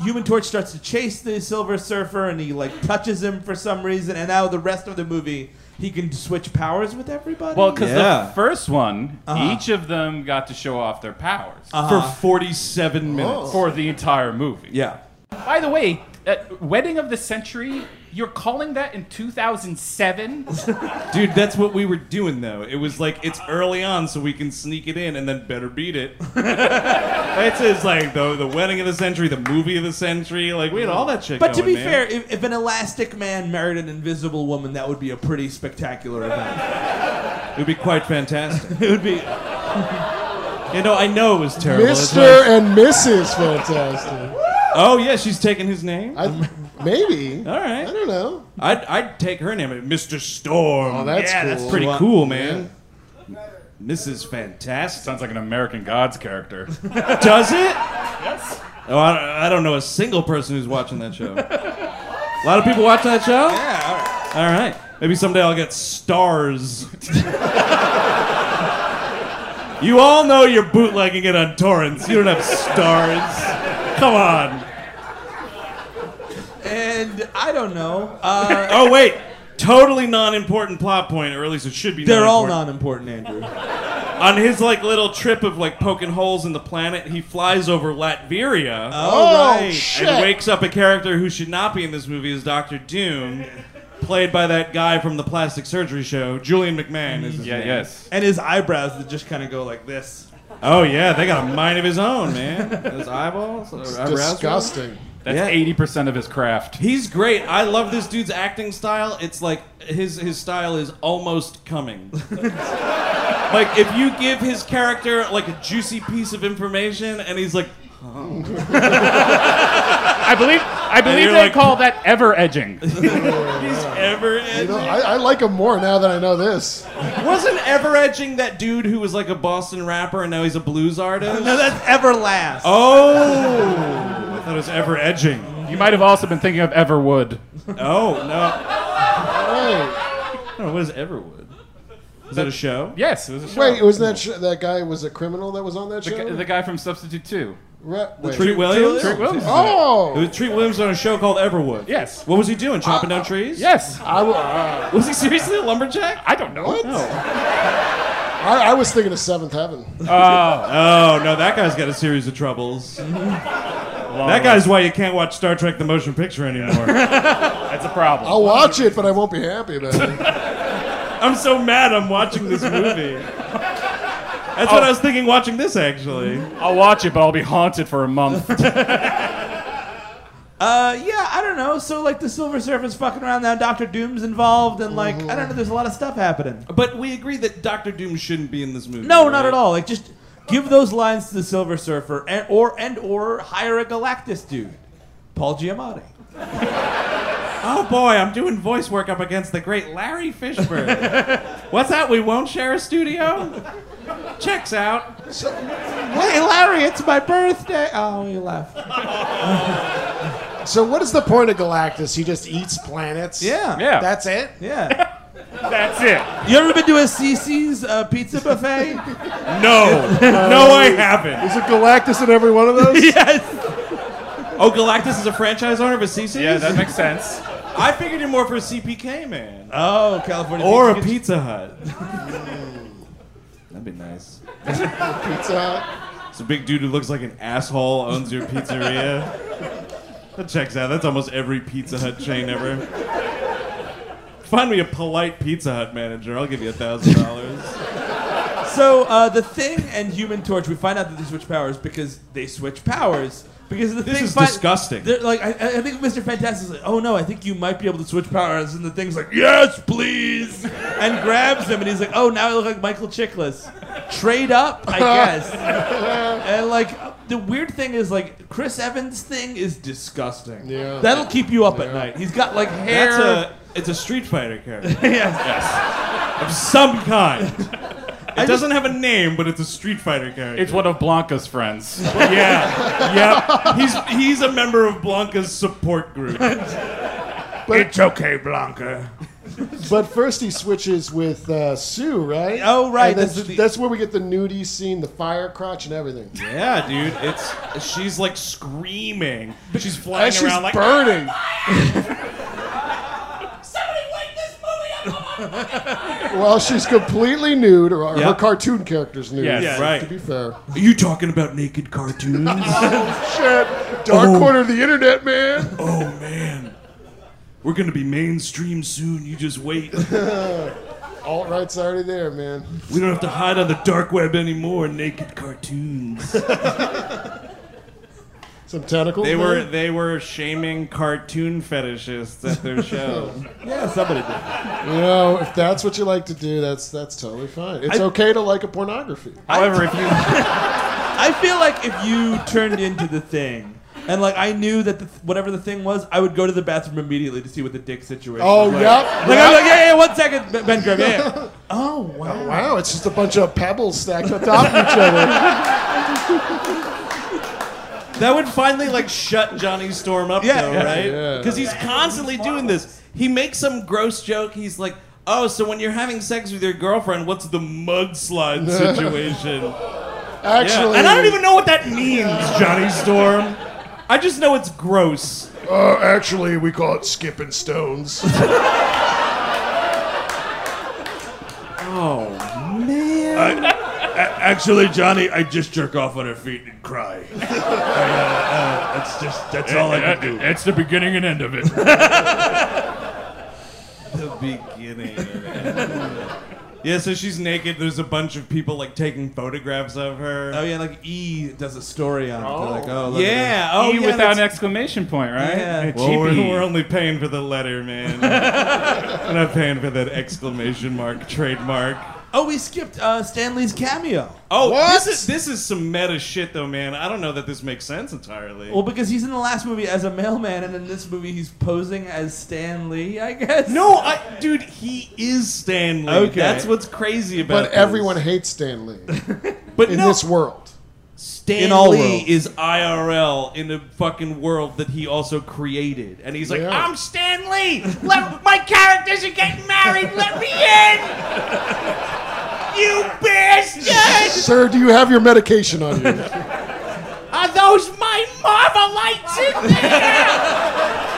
Speaker 3: Human Torch starts to chase the Silver Surfer, and he like touches him for some reason. And now the rest of the movie, he can switch powers with everybody.
Speaker 9: Well, because
Speaker 11: Yeah.
Speaker 9: the first one, each of them got to show off their powers
Speaker 1: For 47 minutes.
Speaker 9: for the entire movie.
Speaker 1: Yeah.
Speaker 9: By the way, uh, Wedding of the Century, you're calling that in 2007?
Speaker 1: Dude, that's what we were doing, though. It was like, it's early on, so we can sneak it in and then better beat it. that's it's like the, the wedding of the century, the movie of the century. Like, we had all that shit
Speaker 3: but to
Speaker 1: going,
Speaker 3: be
Speaker 1: man.
Speaker 3: fair, if, if an elastic man married an invisible woman, that would be a pretty spectacular event.
Speaker 1: it would be quite fantastic.
Speaker 3: it would be.
Speaker 1: you know, I know it was terrible. It's
Speaker 2: Mr.
Speaker 1: like-
Speaker 2: and Mrs. Fantastic.
Speaker 1: oh, yeah, she's taking his name?
Speaker 2: I, maybe.
Speaker 1: all right.
Speaker 2: I don't know.
Speaker 1: I'd, I'd take her name, Mr. Storm.
Speaker 2: Oh, that's
Speaker 1: yeah,
Speaker 2: cool.
Speaker 1: that's pretty
Speaker 2: Wow.
Speaker 1: cool, man. Mrs. Fantastic.
Speaker 9: Sounds like an American Gods character.
Speaker 1: Does it? Yes. Oh, I, I don't know a single person who's watching that show. a lot of people watch that show? Yeah, all right. All right. Maybe someday I'll get stars. you all know you're bootlegging it on torrents. You don't have stars. Come on.
Speaker 3: And I don't know. Uh,
Speaker 1: Oh, wait. Totally non important plot point, or at least it should be
Speaker 3: They're all
Speaker 1: non-important.
Speaker 3: non-important, Andrew.
Speaker 1: on his like little trip of like poking holes in the planet, he flies over Latveria
Speaker 3: All right.
Speaker 1: Oh, and wakes up a character who should not be in this movie is Doctor Doom, played by that guy from the plastic surgery show, Julian McMahon. Is his
Speaker 9: yeah,
Speaker 1: name.
Speaker 9: yes.
Speaker 3: And his eyebrows that just kind of go like this.
Speaker 1: Oh yeah, they got a mind of his own, man. His eyeballs, or eyebrows.
Speaker 2: Disgusting.
Speaker 9: That's
Speaker 1: Yeah.
Speaker 9: 80% of his craft.
Speaker 1: He's great. I love this dude's acting style. It's like his his style is almost coming. like if you give his character like a juicy piece of information and he's like,
Speaker 9: I believe I believe
Speaker 1: you're
Speaker 9: they
Speaker 1: like-
Speaker 9: call that ever edging.
Speaker 1: He's ever
Speaker 8: You know, I, I like him more now that I know this.
Speaker 1: Wasn't ever edging that dude who was like a Boston rapper and now he's a blues artist?
Speaker 3: No, that's Everlast.
Speaker 9: Oh!
Speaker 1: Oh, I thought it was ever edging.
Speaker 9: You might have also been thinking of Everwood.
Speaker 1: Oh no,
Speaker 8: Right.
Speaker 1: I don't know what is Everwood. Is that a show?
Speaker 9: Yes, it was a show.
Speaker 8: Wait, was that sh- that guy was a criminal that was on that
Speaker 9: the,
Speaker 8: show?
Speaker 9: gu- the guy from Substitute Two.
Speaker 8: Ra- wait.
Speaker 1: Treat Williams.
Speaker 9: Treat Williams. is in
Speaker 1: It
Speaker 9: it.
Speaker 8: Oh,
Speaker 1: was Treat Williams on a show called Everwood.
Speaker 9: Yes. Uh,
Speaker 1: What was he doing? Chopping down trees?
Speaker 9: Yes.
Speaker 8: I, w- uh,
Speaker 1: Was he seriously a lumberjack?
Speaker 9: I don't know.
Speaker 8: what? I, I was thinking of Seventh Heaven.
Speaker 1: Oh no, that guy's got a series of troubles. that guy's why you can't watch Star Trek: The Motion Picture anymore.
Speaker 9: That's a problem.
Speaker 8: I'll watch it, but I won't be happy about it.
Speaker 1: I'm so mad. I'm watching this movie. That's what I was thinking watching this actually.
Speaker 9: I'll watch it, but I'll be haunted for a month.
Speaker 3: Uh, yeah, I don't know. So like the Silver Surfer's fucking around now. Doctor Doom's involved, and like I don't know. There's a lot of stuff happening.
Speaker 1: But we agree that Doctor Doom shouldn't be in this movie.
Speaker 3: No, not at all. Like just give those lines to the Silver Surfer, and or and or hire a Galactus dude, Paul Giamatti.
Speaker 1: Oh boy, I'm doing voice work up against the great Larry Fishburne. What's that? We won't share a studio? Checks out.
Speaker 3: Hey Larry, it's my birthday. Oh, he left.
Speaker 8: So, what is the point of Galactus? He just eats planets.
Speaker 3: Yeah.
Speaker 9: Yeah.
Speaker 8: That's it.
Speaker 3: Yeah.
Speaker 9: That's it.
Speaker 3: You ever been to a CC's uh, pizza buffet?
Speaker 1: No, no, I haven't.
Speaker 8: Is it Galactus in every one of those?
Speaker 1: Oh, Galactus is a franchise owner of a CC.
Speaker 9: Yeah, that makes sense.
Speaker 1: I figured him more for a CPK man
Speaker 3: Oh, California.
Speaker 1: or a
Speaker 3: pizza.
Speaker 1: Pizza Hut. That'd be nice.
Speaker 8: Pizza.
Speaker 1: It's a big dude who looks like an asshole owns your pizzeria. that checks out. That's almost every Pizza Hut chain ever. Find me a polite Pizza Hut manager. I'll give you a thousand dollars.
Speaker 3: So uh, the thing and Human Torch, we find out that they switch powers because they switch powers. Because the
Speaker 1: This
Speaker 3: thing
Speaker 1: is
Speaker 3: fin-
Speaker 1: disgusting.
Speaker 3: they're Like I, I think Mr. Fantastic's like, oh no, I think you might be able to switch powers, and the thing's like, yes, please, and grabs him, and he's like, oh, now I look like Michael Chiklis. Trade up, I guess. and like the weird thing is like Chris Evans' thing is disgusting.
Speaker 8: Yeah.
Speaker 3: That'll keep you up at night. He's got like hair.
Speaker 1: That's a it's a Street Fighter character
Speaker 3: yeah.
Speaker 1: of some kind. It doesn't have a name, but it's a Street Fighter character.
Speaker 9: It's one of Blanca's friends.
Speaker 1: yeah, yeah. He's he's a member of Blanca's support group.
Speaker 8: it's okay, Blanca. But first, he switches with uh, Sue, right?
Speaker 3: Oh, right,
Speaker 8: And that's,
Speaker 3: that's the-
Speaker 8: that's where we get the nudie scene, the fire crotch, and everything.
Speaker 1: Yeah, dude. It's she's like screaming. She's flying
Speaker 2: Uh,
Speaker 8: And she's
Speaker 1: around like
Speaker 8: burning. "Ah, Well, she's completely nude, or, or her
Speaker 1: Yeah.
Speaker 8: cartoon character's nude.
Speaker 9: Yes.
Speaker 1: Yeah,
Speaker 8: To
Speaker 1: right.
Speaker 8: be fair.
Speaker 1: Are you talking about naked cartoons?
Speaker 8: Shit. Dark corner of the internet, man.
Speaker 1: oh man. We're gonna be mainstream soon. You just wait.
Speaker 8: Alt right's already there, man.
Speaker 1: We don't have to hide on the dark web anymore. Naked cartoons.
Speaker 8: Some tentacles.
Speaker 1: They
Speaker 8: man.
Speaker 1: were they were shaming cartoon fetishists at their show.
Speaker 3: yeah, somebody did.
Speaker 8: You know, if that's what you like to do, that's that's totally fine. It's okay to like a pornography.
Speaker 9: However, if you
Speaker 3: I feel like if you turned into the thing. And like I knew that the, whatever the thing was, I would go to the bathroom immediately to see what the dick situation.
Speaker 8: Oh,
Speaker 3: was like.
Speaker 8: yep.
Speaker 3: Like
Speaker 8: yep.
Speaker 3: I'm like, yeah, yeah, one second, Ben- Ben Grimm. Yeah. yeah." oh wow.
Speaker 8: Wow, it's just a bunch of pebbles stacked on top of each other.
Speaker 1: That would finally like shut Johnny Storm up
Speaker 3: Yeah.
Speaker 1: though,
Speaker 3: Yeah.
Speaker 1: right?
Speaker 8: Yeah.
Speaker 1: Because he's constantly doing this. He makes some gross joke. He's like, "Oh, so when you're having sex with your girlfriend, what's the mudslide situation?"
Speaker 8: Actually,
Speaker 1: And I don't even know what that means, Johnny Storm. I just know it's gross.
Speaker 8: Uh, actually, we call it skipping stones.
Speaker 6: Actually, Johnny, I just jerk off on her feet and cry. I, uh, uh, that's just that's all I can do.
Speaker 9: It's the beginning and end of it.
Speaker 1: The beginning. yeah, so she's naked. There's a bunch of people like taking photographs of her.
Speaker 3: Oh yeah, like E does a story on it. They're like, oh look at this.
Speaker 1: yeah. Oh,
Speaker 9: e
Speaker 1: yeah,
Speaker 9: without
Speaker 1: that's-
Speaker 9: an exclamation point, right?
Speaker 3: Yeah.
Speaker 9: A
Speaker 1: Well,
Speaker 9: cheapie.
Speaker 1: we're, we're only paying for the letter, man. we're not paying for that exclamation mark trademark.
Speaker 3: Oh, we skipped uh, Stanley's cameo.
Speaker 1: Oh,
Speaker 2: What?
Speaker 1: this is this is some meta shit though, man. I don't know that this makes sense entirely.
Speaker 3: Well, because he's in the last movie as a mailman, and in this movie he's posing as Stan Lee, I guess.
Speaker 1: no, I, dude, he is Stanley.
Speaker 3: Okay.
Speaker 1: That's what's crazy about.
Speaker 2: But
Speaker 1: this.
Speaker 2: everyone hates Stanley
Speaker 1: but
Speaker 2: in
Speaker 1: no,
Speaker 2: this world.
Speaker 1: Stan
Speaker 3: In all
Speaker 1: Lee
Speaker 3: worlds.
Speaker 1: is IRL in the fucking world that he also created, and he's like,
Speaker 2: Yeah.
Speaker 1: "I'm Stan Lee.
Speaker 12: Let, my characters are getting married. Let me in. You bastard!
Speaker 2: Sir, do you have your medication on you?
Speaker 12: Are those my Marvel lights in there?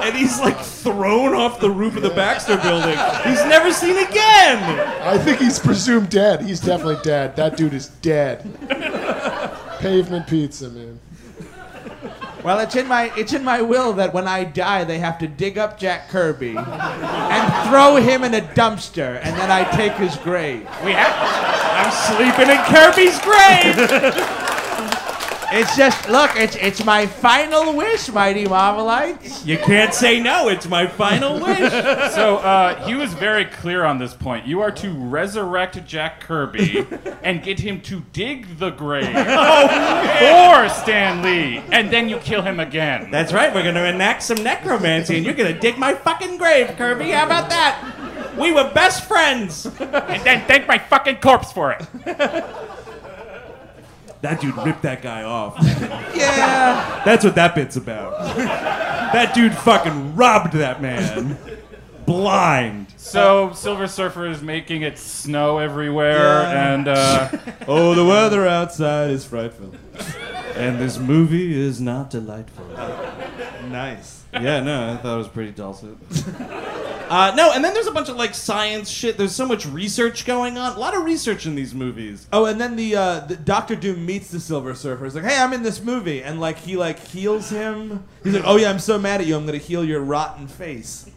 Speaker 1: and he's like thrown off the roof of the Baxter Building. He's never seen again.
Speaker 2: I think he's presumed dead. He's definitely dead. That dude is dead. Pavement pizza, man.
Speaker 3: Well, it's in my it's in my will that when I die, they have to dig up Jack Kirby and throw him in a dumpster, and then I take his grave.
Speaker 9: We have.
Speaker 1: I'm sleeping in Kirby's grave.
Speaker 3: It's just look, it's it's my final wish, mighty Marvelites.
Speaker 1: you can't say no. It's my final wish.
Speaker 9: So uh, he was very clear on this point. You are to resurrect Jack Kirby and get him to dig the grave for Stan Lee, and then you kill him again.
Speaker 1: That's right. We're gonna enact some necromancy, and you're gonna dig my fucking grave, Kirby. How about that? We were best friends.
Speaker 9: and then thank my fucking corpse for it.
Speaker 1: That dude ripped that guy off.
Speaker 3: Yeah.
Speaker 1: That's what that bit's about. that dude fucking robbed that man. Blind.
Speaker 9: So Silver Surfer is making it snow everywhere,
Speaker 1: Yeah.
Speaker 9: and uh,
Speaker 1: Oh, the weather outside is frightful. And this movie is not delightful. Nice. Yeah, no, I thought it was pretty dulcet. Uh, no, and then there's a bunch of like science shit. There's so much research going on. A lot of research in these movies.
Speaker 3: Oh, and then the, uh, the Doctor Doom meets the Silver Surfer. He's like, "Hey, I'm in this movie," and like he like heals him. He's like, "Oh yeah, I'm so mad at you. I'm gonna heal your rotten face."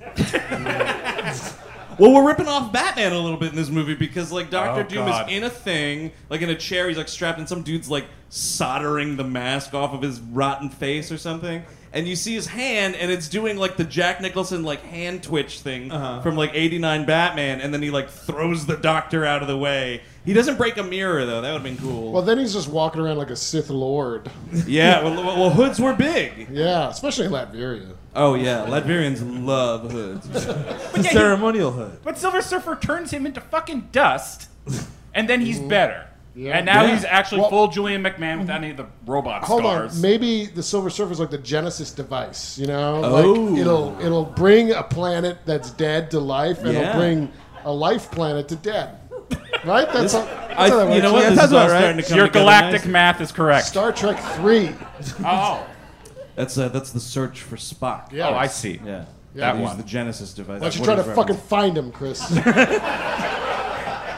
Speaker 1: Well, we're ripping off Batman a little bit in this movie because like Doctor
Speaker 9: Oh,
Speaker 1: Doom
Speaker 9: God.
Speaker 1: is in a thing, like in a chair. He's like strapped, and some dude's like soldering the mask off of his rotten face or something. And you see his hand, and it's doing like the Jack Nicholson like hand twitch thing
Speaker 9: Uh-huh.
Speaker 1: from like '89 Batman, and then he like throws the Doctor out of the way. He doesn't break a mirror though. That would have been cool.
Speaker 2: Well, then he's just walking around like a Sith Lord.
Speaker 1: yeah. Well, well, well, hoods were big.
Speaker 2: Yeah, especially in Latveria.
Speaker 1: Oh yeah, Latvians love hoods.
Speaker 9: but, yeah, he-
Speaker 3: Ceremonial hood.
Speaker 9: but Silver Surfer turns him into fucking dust, and then he's better.
Speaker 2: Yeah.
Speaker 9: And now
Speaker 2: Yeah.
Speaker 9: he's actually
Speaker 2: Well-
Speaker 9: full Julian McMahon without any of the robot
Speaker 2: Hold
Speaker 9: scars.
Speaker 2: on, maybe the Silver Surfer's like the Genesis device. You know,
Speaker 1: Oh.
Speaker 2: like it'll it'll bring a planet that's dead to life, and
Speaker 1: Yeah.
Speaker 2: it'll bring a life planet to dead. Right? That's, all, that's
Speaker 1: I,
Speaker 2: how that
Speaker 1: you know what?
Speaker 2: works.
Speaker 3: Yeah,
Speaker 1: This
Speaker 3: that's
Speaker 1: is all
Speaker 3: all right.
Speaker 1: starting to come
Speaker 9: Your
Speaker 1: together
Speaker 9: galactic
Speaker 1: nicely.
Speaker 9: math is correct.
Speaker 2: Star Trek Three.
Speaker 9: Oh,
Speaker 1: That's uh, that's the search for Spock.
Speaker 2: Yeah.
Speaker 9: oh, I see.
Speaker 1: Yeah.
Speaker 9: That
Speaker 1: Use
Speaker 9: one.
Speaker 1: the Genesis device.
Speaker 2: Why don't you
Speaker 1: What
Speaker 2: try to
Speaker 1: is
Speaker 2: fucking
Speaker 1: reference?
Speaker 2: find him, Chris?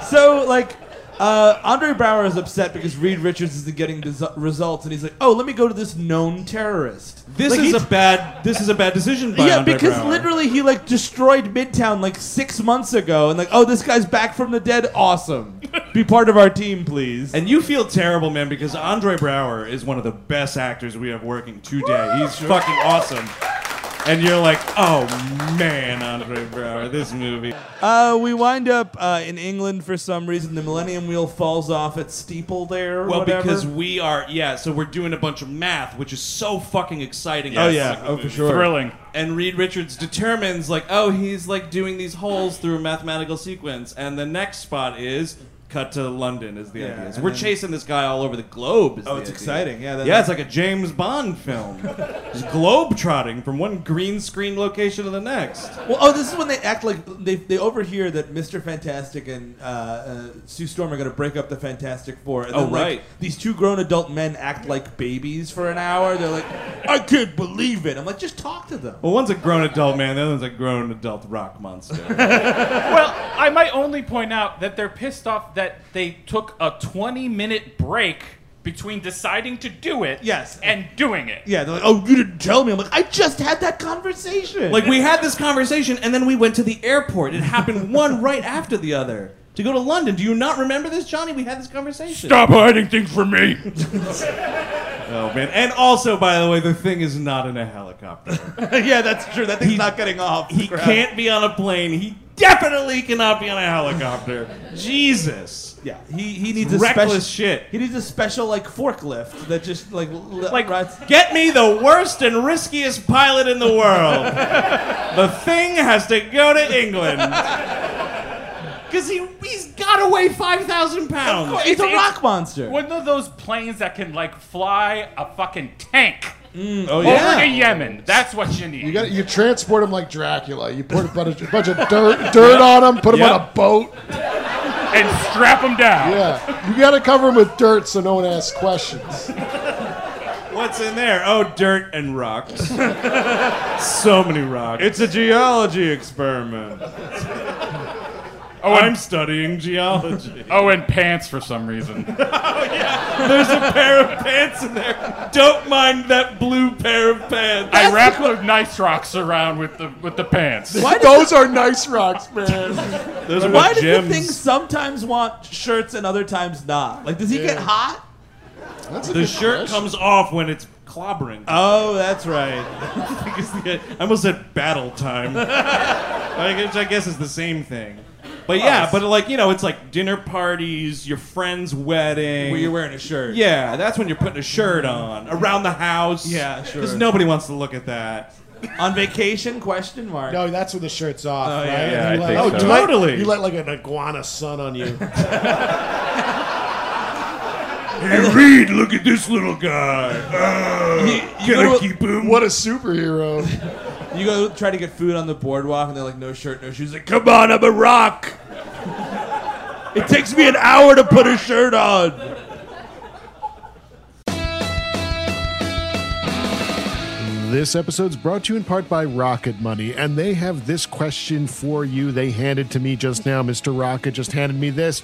Speaker 3: So like, uh, Andre Brower is upset because Reed Richards isn't getting des- results, and he's like, "Oh, let me go to this known terrorist."
Speaker 1: This
Speaker 3: Like,
Speaker 1: is
Speaker 3: he-
Speaker 1: a bad. This is a bad decision by
Speaker 3: yeah,
Speaker 1: Andre
Speaker 3: because
Speaker 1: Brower.
Speaker 3: literally he like destroyed Midtown like six months ago, and like, oh, this guy's back from the dead. Awesome, be part of our team, please.
Speaker 1: And you feel terrible, man, because Andre Brower is one of the best actors we have working today. He's fucking awesome. And you're like, oh man, Andre Brower, this movie.
Speaker 3: Uh, we wind up uh, in England for some reason. The Millennium Wheel falls off at Steeple there. Or
Speaker 1: Well,
Speaker 3: whatever.
Speaker 1: because we are, yeah. So we're doing a bunch of math, which is so fucking exciting.
Speaker 3: oh yeah, oh for sure.
Speaker 9: thrilling.
Speaker 1: and Reed Richards determines like, oh, he's like doing these holes through a mathematical sequence, and the next spot is cut to London is the
Speaker 3: Yeah,
Speaker 1: idea. So
Speaker 3: and
Speaker 1: We're
Speaker 3: then-
Speaker 1: chasing this guy all over the globe. Is
Speaker 3: Oh,
Speaker 1: the
Speaker 3: it's
Speaker 1: idea.
Speaker 3: exciting. Yeah, that-
Speaker 1: yeah, it's like a James Bond film. Just globe trotting from one green screen location to the next.
Speaker 3: Well, oh, this is when they act like they, they overhear that Mr. Fantastic and uh, uh, Sue Storm are going to break up the Fantastic Four. And
Speaker 1: Oh,
Speaker 3: like,
Speaker 1: right.
Speaker 3: these two grown adult men act like babies for an hour. They're like, I can't believe it. I'm like, just talk to them.
Speaker 1: Well, one's a grown adult man, the other one's a grown adult rock monster.
Speaker 9: Well, I might only point out that they're pissed off that they took a 20 minute break between deciding to do it
Speaker 3: Yes.
Speaker 9: and doing it.
Speaker 3: Yeah, they're like, oh, you didn't tell me. I'm like, I just had that conversation.
Speaker 1: like we had this conversation, and then we went to the airport. It happened one right after the other. To go to London, do you not remember this, Johnny? We had this conversation.
Speaker 9: Stop hiding things from me.
Speaker 1: Oh man! And also, by the way, the thing is not in a helicopter.
Speaker 3: yeah, that's true. That thing's not getting off.
Speaker 1: He can't be on a plane. He definitely cannot be on a helicopter. Jesus.
Speaker 3: Yeah, he, he needs a
Speaker 1: Reckless
Speaker 3: special
Speaker 1: shit.
Speaker 3: He needs a special like forklift that just like
Speaker 1: Like,
Speaker 3: like
Speaker 1: get me the worst and riskiest pilot in the world. the thing has to go to England. Because he, he's got to weigh 5,000 pounds.
Speaker 3: He's a
Speaker 9: It's-
Speaker 3: rock monster.
Speaker 9: One of those planes that can like fly a fucking tank
Speaker 1: Oh,
Speaker 9: over to Yemen. That's what you need.
Speaker 8: You got you transport him like Dracula. You put a bunch of, bunch of dirt dirt on him, put him on a boat.
Speaker 9: and strap them down.
Speaker 8: Yeah, you got to cover him with dirt so no one asks questions.
Speaker 1: What's in there? Oh, dirt and rocks. so many rocks.
Speaker 13: It's a geology experiment.
Speaker 9: Oh,
Speaker 1: I'm
Speaker 9: and,
Speaker 1: studying geology.
Speaker 9: oh, and pants for some reason.
Speaker 1: There's a pair of pants in there. Don't mind that blue pair of pants.
Speaker 9: I wrap the nice rocks around with the with the pants.
Speaker 8: Those are nice rocks, man.
Speaker 1: Those are
Speaker 3: Why
Speaker 1: my
Speaker 3: does
Speaker 1: gems.
Speaker 3: the thing sometimes want shirts and other times not? Like, does he get hot?
Speaker 8: That's a
Speaker 1: The
Speaker 8: good
Speaker 1: shirt
Speaker 8: question.
Speaker 1: comes off when it's clobbering.
Speaker 3: Oh, that's right.
Speaker 1: Because the- Uh, I almost said battle time. I guess, I guess it's the same thing. But yeah, but like, you know, it's like dinner parties, your friend's wedding.
Speaker 3: Where you're wearing a shirt.
Speaker 1: yeah, that's when you're putting a shirt on. Around the house.
Speaker 3: Yeah, sure.
Speaker 1: Because nobody wants to look at that.
Speaker 3: On vacation? Question mark.
Speaker 2: No, that's when the shirt's off, right?
Speaker 1: Oh, yeah,
Speaker 2: And
Speaker 9: I
Speaker 2: you
Speaker 9: think
Speaker 2: let- Oh,
Speaker 9: so.
Speaker 2: you let-
Speaker 1: Totally.
Speaker 2: you let like an iguana sun on you.
Speaker 1: Hey, Reed, look at this little guy.
Speaker 3: you go, to,
Speaker 1: him?
Speaker 8: What a superhero!
Speaker 3: you go try to get food on the boardwalk, and they're like, no shirt, no shoes. Like,
Speaker 1: Come on, I'm a rock. it takes me an hour to put a shirt on.
Speaker 2: This episode's brought to you in part by Rocket Money, and they have this question for you. They handed to me just now. Mr. Rocket just handed me this.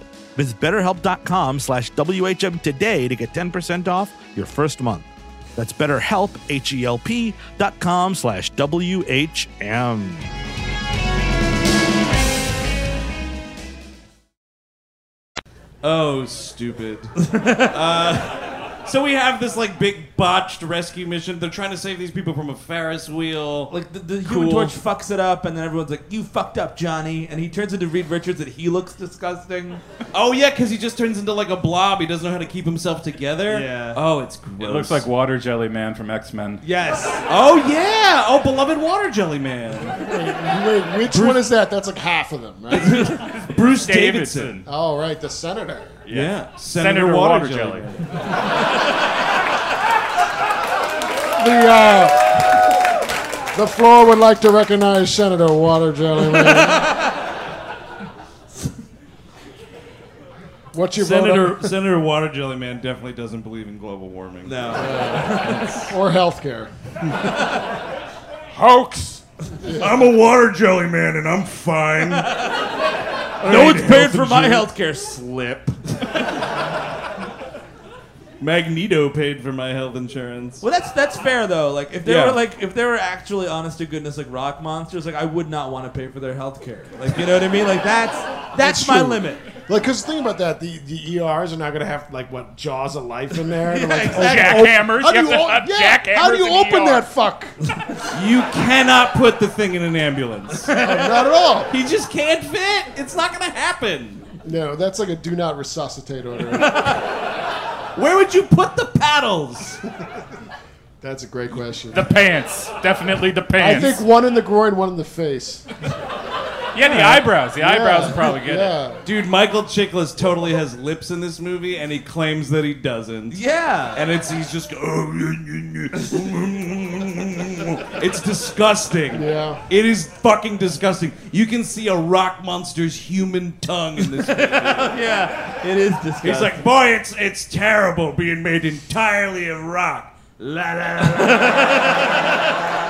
Speaker 14: Visit betterhelp.com slash WHM today to get 10% off your first month. That's betterhelp, H-E-L-P dot com slash W-H-M.
Speaker 1: Oh, stupid. uh, So we have this like big botched rescue mission. They're trying to save these people from a Ferris wheel.
Speaker 3: Like the, the Human Torch fucks it up, and then everyone's like, "You fucked up, Johnny," and he turns into Reed Richards, and he looks disgusting.
Speaker 1: Oh yeah, because he just turns into like a blob. He doesn't know how to keep himself together.
Speaker 9: Yeah.
Speaker 1: Oh, it's gross.
Speaker 9: It looks like Water Jelly Man from X Men.
Speaker 1: Yes. oh yeah. Oh, beloved water jelly man.
Speaker 2: Wait, wait, which one is that? That's like half of them, right?
Speaker 1: Bruce Davidson.
Speaker 2: Oh, right, the senator.
Speaker 1: Yeah.
Speaker 9: Uh, Senator, Water, Jelly.
Speaker 2: The uh, the floor would like to recognize Senator Water Jelly. What's your
Speaker 1: Senator
Speaker 2: vote?
Speaker 1: Senator Water Jelly Man definitely doesn't believe in global warming.
Speaker 3: No.
Speaker 2: or healthcare.
Speaker 1: Hoax.
Speaker 14: I'm a water jelly man and I'm fine.
Speaker 3: no one's paid for my health care slip.
Speaker 1: Magneto paid for my health insurance.
Speaker 3: Well, that's that's fair though. Like if there
Speaker 1: Yeah.
Speaker 3: were like if there were actually honest to goodness like rock monsters, like I would not want to pay for their health care. Like you know what I mean? Like that's that's, my
Speaker 2: true.
Speaker 3: limit.
Speaker 2: Like, cause think about that. The, the ERs are not gonna have like what jaws of life in there.
Speaker 3: Yeah,
Speaker 2: They're like,
Speaker 3: exactly.
Speaker 2: oh,
Speaker 3: Jackhammers.
Speaker 2: How do
Speaker 3: You
Speaker 2: you,
Speaker 3: have to
Speaker 2: o-
Speaker 3: have
Speaker 2: yeah, how do
Speaker 3: jackhammers
Speaker 2: you
Speaker 3: in
Speaker 2: open
Speaker 3: ER.
Speaker 2: that fuck?
Speaker 1: You cannot put the thing in an ambulance.
Speaker 2: Oh, not at all.
Speaker 1: He just can't fit. It's not gonna happen.
Speaker 2: No, that's like a do not resuscitate order.
Speaker 1: Where would you put the paddles?
Speaker 2: That's a great question.
Speaker 9: The pants. Definitely the
Speaker 2: I
Speaker 9: pants.
Speaker 2: think one in the groin, one in the face.
Speaker 9: yeah, the eyebrows. The
Speaker 2: Yeah.
Speaker 9: eyebrows are probably good.
Speaker 2: Yeah.
Speaker 1: Dude, Michael Chiklis totally has lips in this movie, and he claims that he doesn't.
Speaker 3: Yeah.
Speaker 1: and it's he's just. Oh, it's disgusting.
Speaker 2: Yeah.
Speaker 1: It is fucking disgusting. You can see a rock monster's human tongue in this movie.
Speaker 3: yeah, it is disgusting.
Speaker 14: He's like, boy, it's it's terrible being made entirely of rock. La la la. la."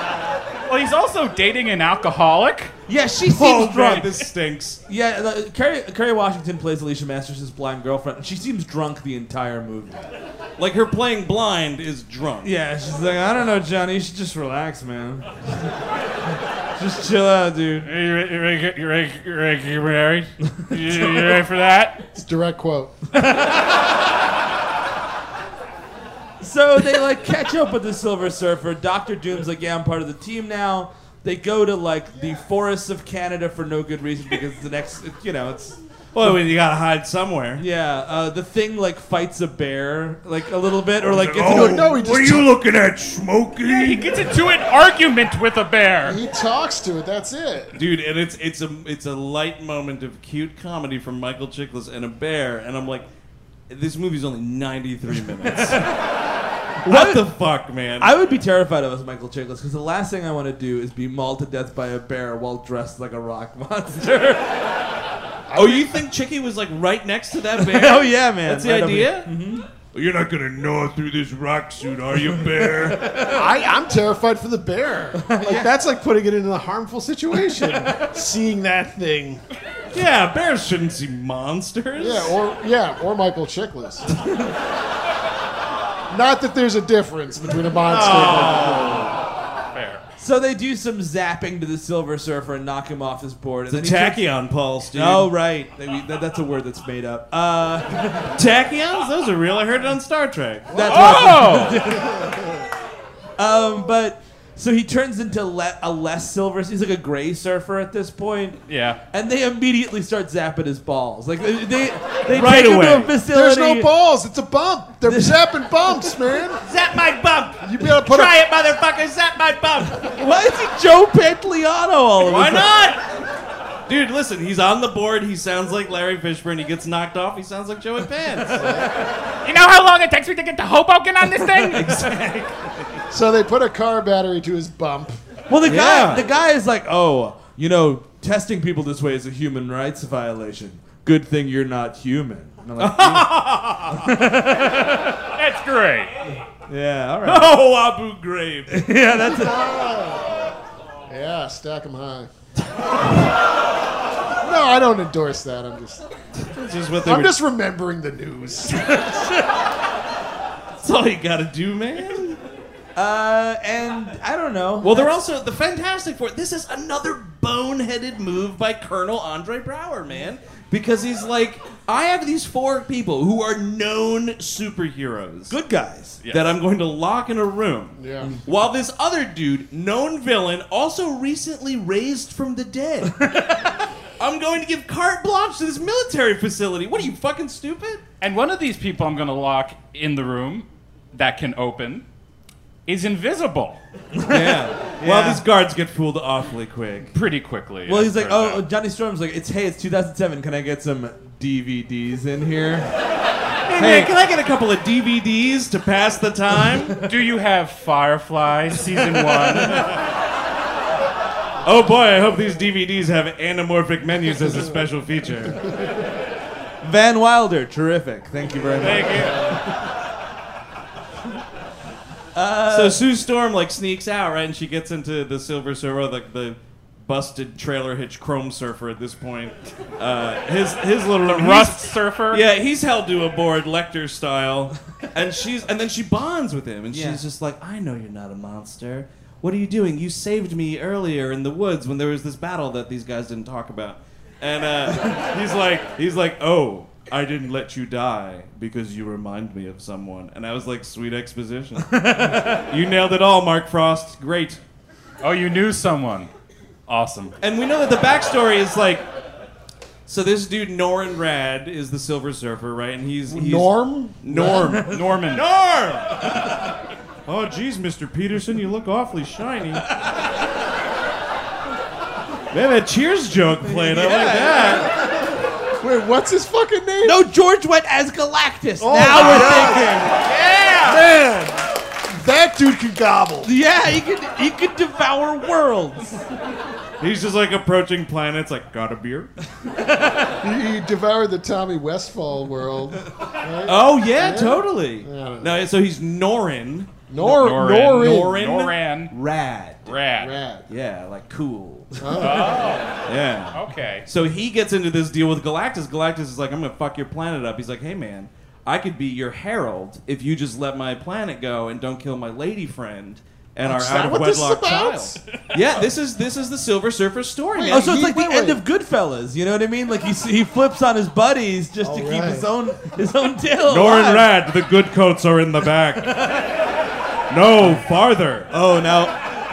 Speaker 9: Well, he's also dating an alcoholic.
Speaker 3: yeah, she seems
Speaker 1: Oh, man,
Speaker 3: drunk.
Speaker 1: this stinks.
Speaker 3: Yeah, the, Carrie, Carrie Washington plays Alicia Masters' blind girlfriend, and she seems drunk the entire movie.
Speaker 1: Like her playing blind is drunk.
Speaker 3: Yeah, she's like, I don't know, Johnny. You should just relax, man. just chill out, dude.
Speaker 9: You ready, you ready, you ready, you ready, you ready? You- you ready for that?
Speaker 2: It's a direct quote.
Speaker 3: So they like catch up with the Silver Surfer. Doctor Doom's like, yeah, I'm part of the team now. They go to like the forests of Canada for no good reason because the next, you know, it's
Speaker 1: Well, you gotta hide somewhere.
Speaker 3: yeah. Uh, the thing like fights a bear like a little bit, or like gets
Speaker 14: oh,
Speaker 3: into a-
Speaker 14: what are you looking at, Smokey?
Speaker 9: He gets into an argument with a bear.
Speaker 2: He talks to it. That's it.
Speaker 1: Dude, and it's it's a it's a light moment of cute comedy from Michael Chiklis and a bear, and I'm like, this movie's only 93 minutes. what the fuck, man?
Speaker 3: I would be terrified of us, Michael Chiklis, because the last thing I want to do is be mauled to death by a bear while dressed like a rock monster.
Speaker 1: oh, you think Chicky was like right next to that bear?
Speaker 3: oh yeah, man.
Speaker 1: That's the
Speaker 3: Right over here.
Speaker 1: idea.
Speaker 14: You're not gonna gnaw through this rock suit, are you, bear?
Speaker 2: I, I'm terrified for the bear. Like that's like putting it in a harmful situation. Seeing that thing.
Speaker 1: Yeah, bears shouldn't see monsters.
Speaker 2: Yeah, or yeah, or Michael Chiklis. Not that there's a difference between a monster.
Speaker 3: So they do some zapping to the Silver Surfer and knock him off his board. And
Speaker 1: the
Speaker 3: then he turns-
Speaker 1: tachyon pulse, dude.
Speaker 3: Oh right, That- we- that- that's a word that's made up. Uh,
Speaker 1: Tachyons? Those are real. I heard it on Star Trek.
Speaker 3: that's
Speaker 9: Oh!
Speaker 3: um, but so he turns into le- a less silver. He's like a gray surfer at this point,
Speaker 9: yeah.
Speaker 3: and they immediately start zapping his balls. Like they they, they
Speaker 1: Right
Speaker 3: take him
Speaker 1: away.
Speaker 3: to a
Speaker 2: There's
Speaker 3: facility.
Speaker 2: no balls. It's a bump. They're zapping bumps, man.
Speaker 1: Zap my bump!
Speaker 2: You gotta put
Speaker 1: Try
Speaker 2: a,
Speaker 1: it, motherfucker! Zap my bump!
Speaker 3: Why is he Joe Pantoliano all of a
Speaker 1: Why
Speaker 3: sudden?
Speaker 1: not? Dude, listen, he's on the board. He sounds like Larry Fishburne. He gets knocked off. He sounds like Joey Pants.
Speaker 9: You know how long it takes me to get to Hoboken on this thing?
Speaker 2: So they put a car battery to his bump.
Speaker 3: Well, the
Speaker 1: Yeah.
Speaker 3: guy the guy is like, oh, you know, testing people this way is a human rights violation. Good thing you're not human. And I'm like,
Speaker 9: That's great.
Speaker 3: yeah, all right.
Speaker 1: oh, Abu Ghraib.
Speaker 3: Yeah, that's it.
Speaker 2: Yeah, stack 'em high. no, I don't endorse that. I'm just
Speaker 1: That's just what they
Speaker 2: I'm
Speaker 1: were-
Speaker 2: just remembering the news.
Speaker 1: That's all you gotta do, man.
Speaker 3: Uh, and I don't know.
Speaker 1: Well, they're also the Fantastic Four. This is another boneheaded move by Colonel Andre Brower, man. Because he's like, I have these four people who are known superheroes. Good guys. That I'm going to lock in a room.
Speaker 8: Yeah.
Speaker 1: While this other dude, known villain, also recently raised from the dead. I'm going to give carte blanche to this military facility. What are you fucking stupid?
Speaker 9: And one of these people I'm going to lock in the room that can open is invisible.
Speaker 1: Yeah. Well, these guards get fooled awfully quick.
Speaker 9: Pretty quickly.
Speaker 3: Well, he's like,
Speaker 9: turns out.
Speaker 3: oh, Johnny Storm's like, it's hey, it's 2007. Can I get some DVDs in here? hey,
Speaker 1: man, can I get a couple of DVDs to pass the time?
Speaker 9: Do you have Firefly season one?
Speaker 6: Oh boy, I hope these DVDs have anamorphic menus as a special feature.
Speaker 3: Van Wilder, terrific. Thank you very much. Thank you.
Speaker 9: Uh,
Speaker 1: so Sue Storm like sneaks out, right, and she gets into the Silver Surfer, like the busted trailer hitch Chrome Surfer at this point. Uh, his his little
Speaker 9: The
Speaker 1: he's-
Speaker 9: Rust Surfer?
Speaker 1: Yeah, he's held to a board Lecter style, and she's and then she bonds with him, and she's just like, I know you're not a monster. What are you doing? You saved me earlier in the woods when there was this battle that these guys didn't talk about, and uh, he's like, he's like, oh. I didn't let you die because you remind me of someone. And I was like, sweet exposition. you nailed it all, Mark Frost. Great.
Speaker 9: Oh, you knew someone. Awesome.
Speaker 1: And we know that the backstory is like. So this dude Norrin Rad is the Silver Surfer, right? And he's, he's
Speaker 8: Norm?
Speaker 1: Norm
Speaker 9: Norman.
Speaker 1: Norm.
Speaker 6: Oh geez, Mr. Peterson, you look awfully shiny. Man, that Cheers joke played. I like that.
Speaker 8: Wait, what's his fucking name?
Speaker 3: No, George went as Galactus.
Speaker 8: Oh,
Speaker 3: now we're
Speaker 8: wow.
Speaker 3: thinking.
Speaker 8: Man, that dude can gobble.
Speaker 3: Yeah, he could he could devour worlds.
Speaker 6: He's just like approaching planets, like got a beer.
Speaker 8: He, he devoured the Tommy Westfall world. right?
Speaker 1: Oh yeah, totally.
Speaker 8: Yeah.
Speaker 1: No, so he's Norrin
Speaker 8: Nor Norin.
Speaker 1: Norin.
Speaker 9: Noran.
Speaker 1: Rad.
Speaker 9: Rad.
Speaker 8: Rad.
Speaker 1: Yeah, like cool.
Speaker 9: Oh,
Speaker 1: Yeah.
Speaker 9: okay.
Speaker 1: So he gets into this deal with Galactus. Galactus is like, I'm gonna fuck your planet up. He's like, Hey man, I could be your herald if you just let my planet go and don't kill my lady friend and our
Speaker 8: Is that
Speaker 1: out of
Speaker 8: what this is
Speaker 1: wedlock
Speaker 8: about?
Speaker 1: child. yeah, this is this is the Silver Surfer story. man.
Speaker 3: Oh, so it's
Speaker 1: He-
Speaker 3: like the
Speaker 8: wait,
Speaker 3: end
Speaker 8: wait.
Speaker 3: of Goodfellas. You know what I mean? Like he s- he flips on his buddies just to keep
Speaker 8: Alright.
Speaker 3: his own his own deal.
Speaker 6: Norrin
Speaker 3: alive.
Speaker 6: Rad, the good coats are in the back. No, farther.
Speaker 3: Oh, now,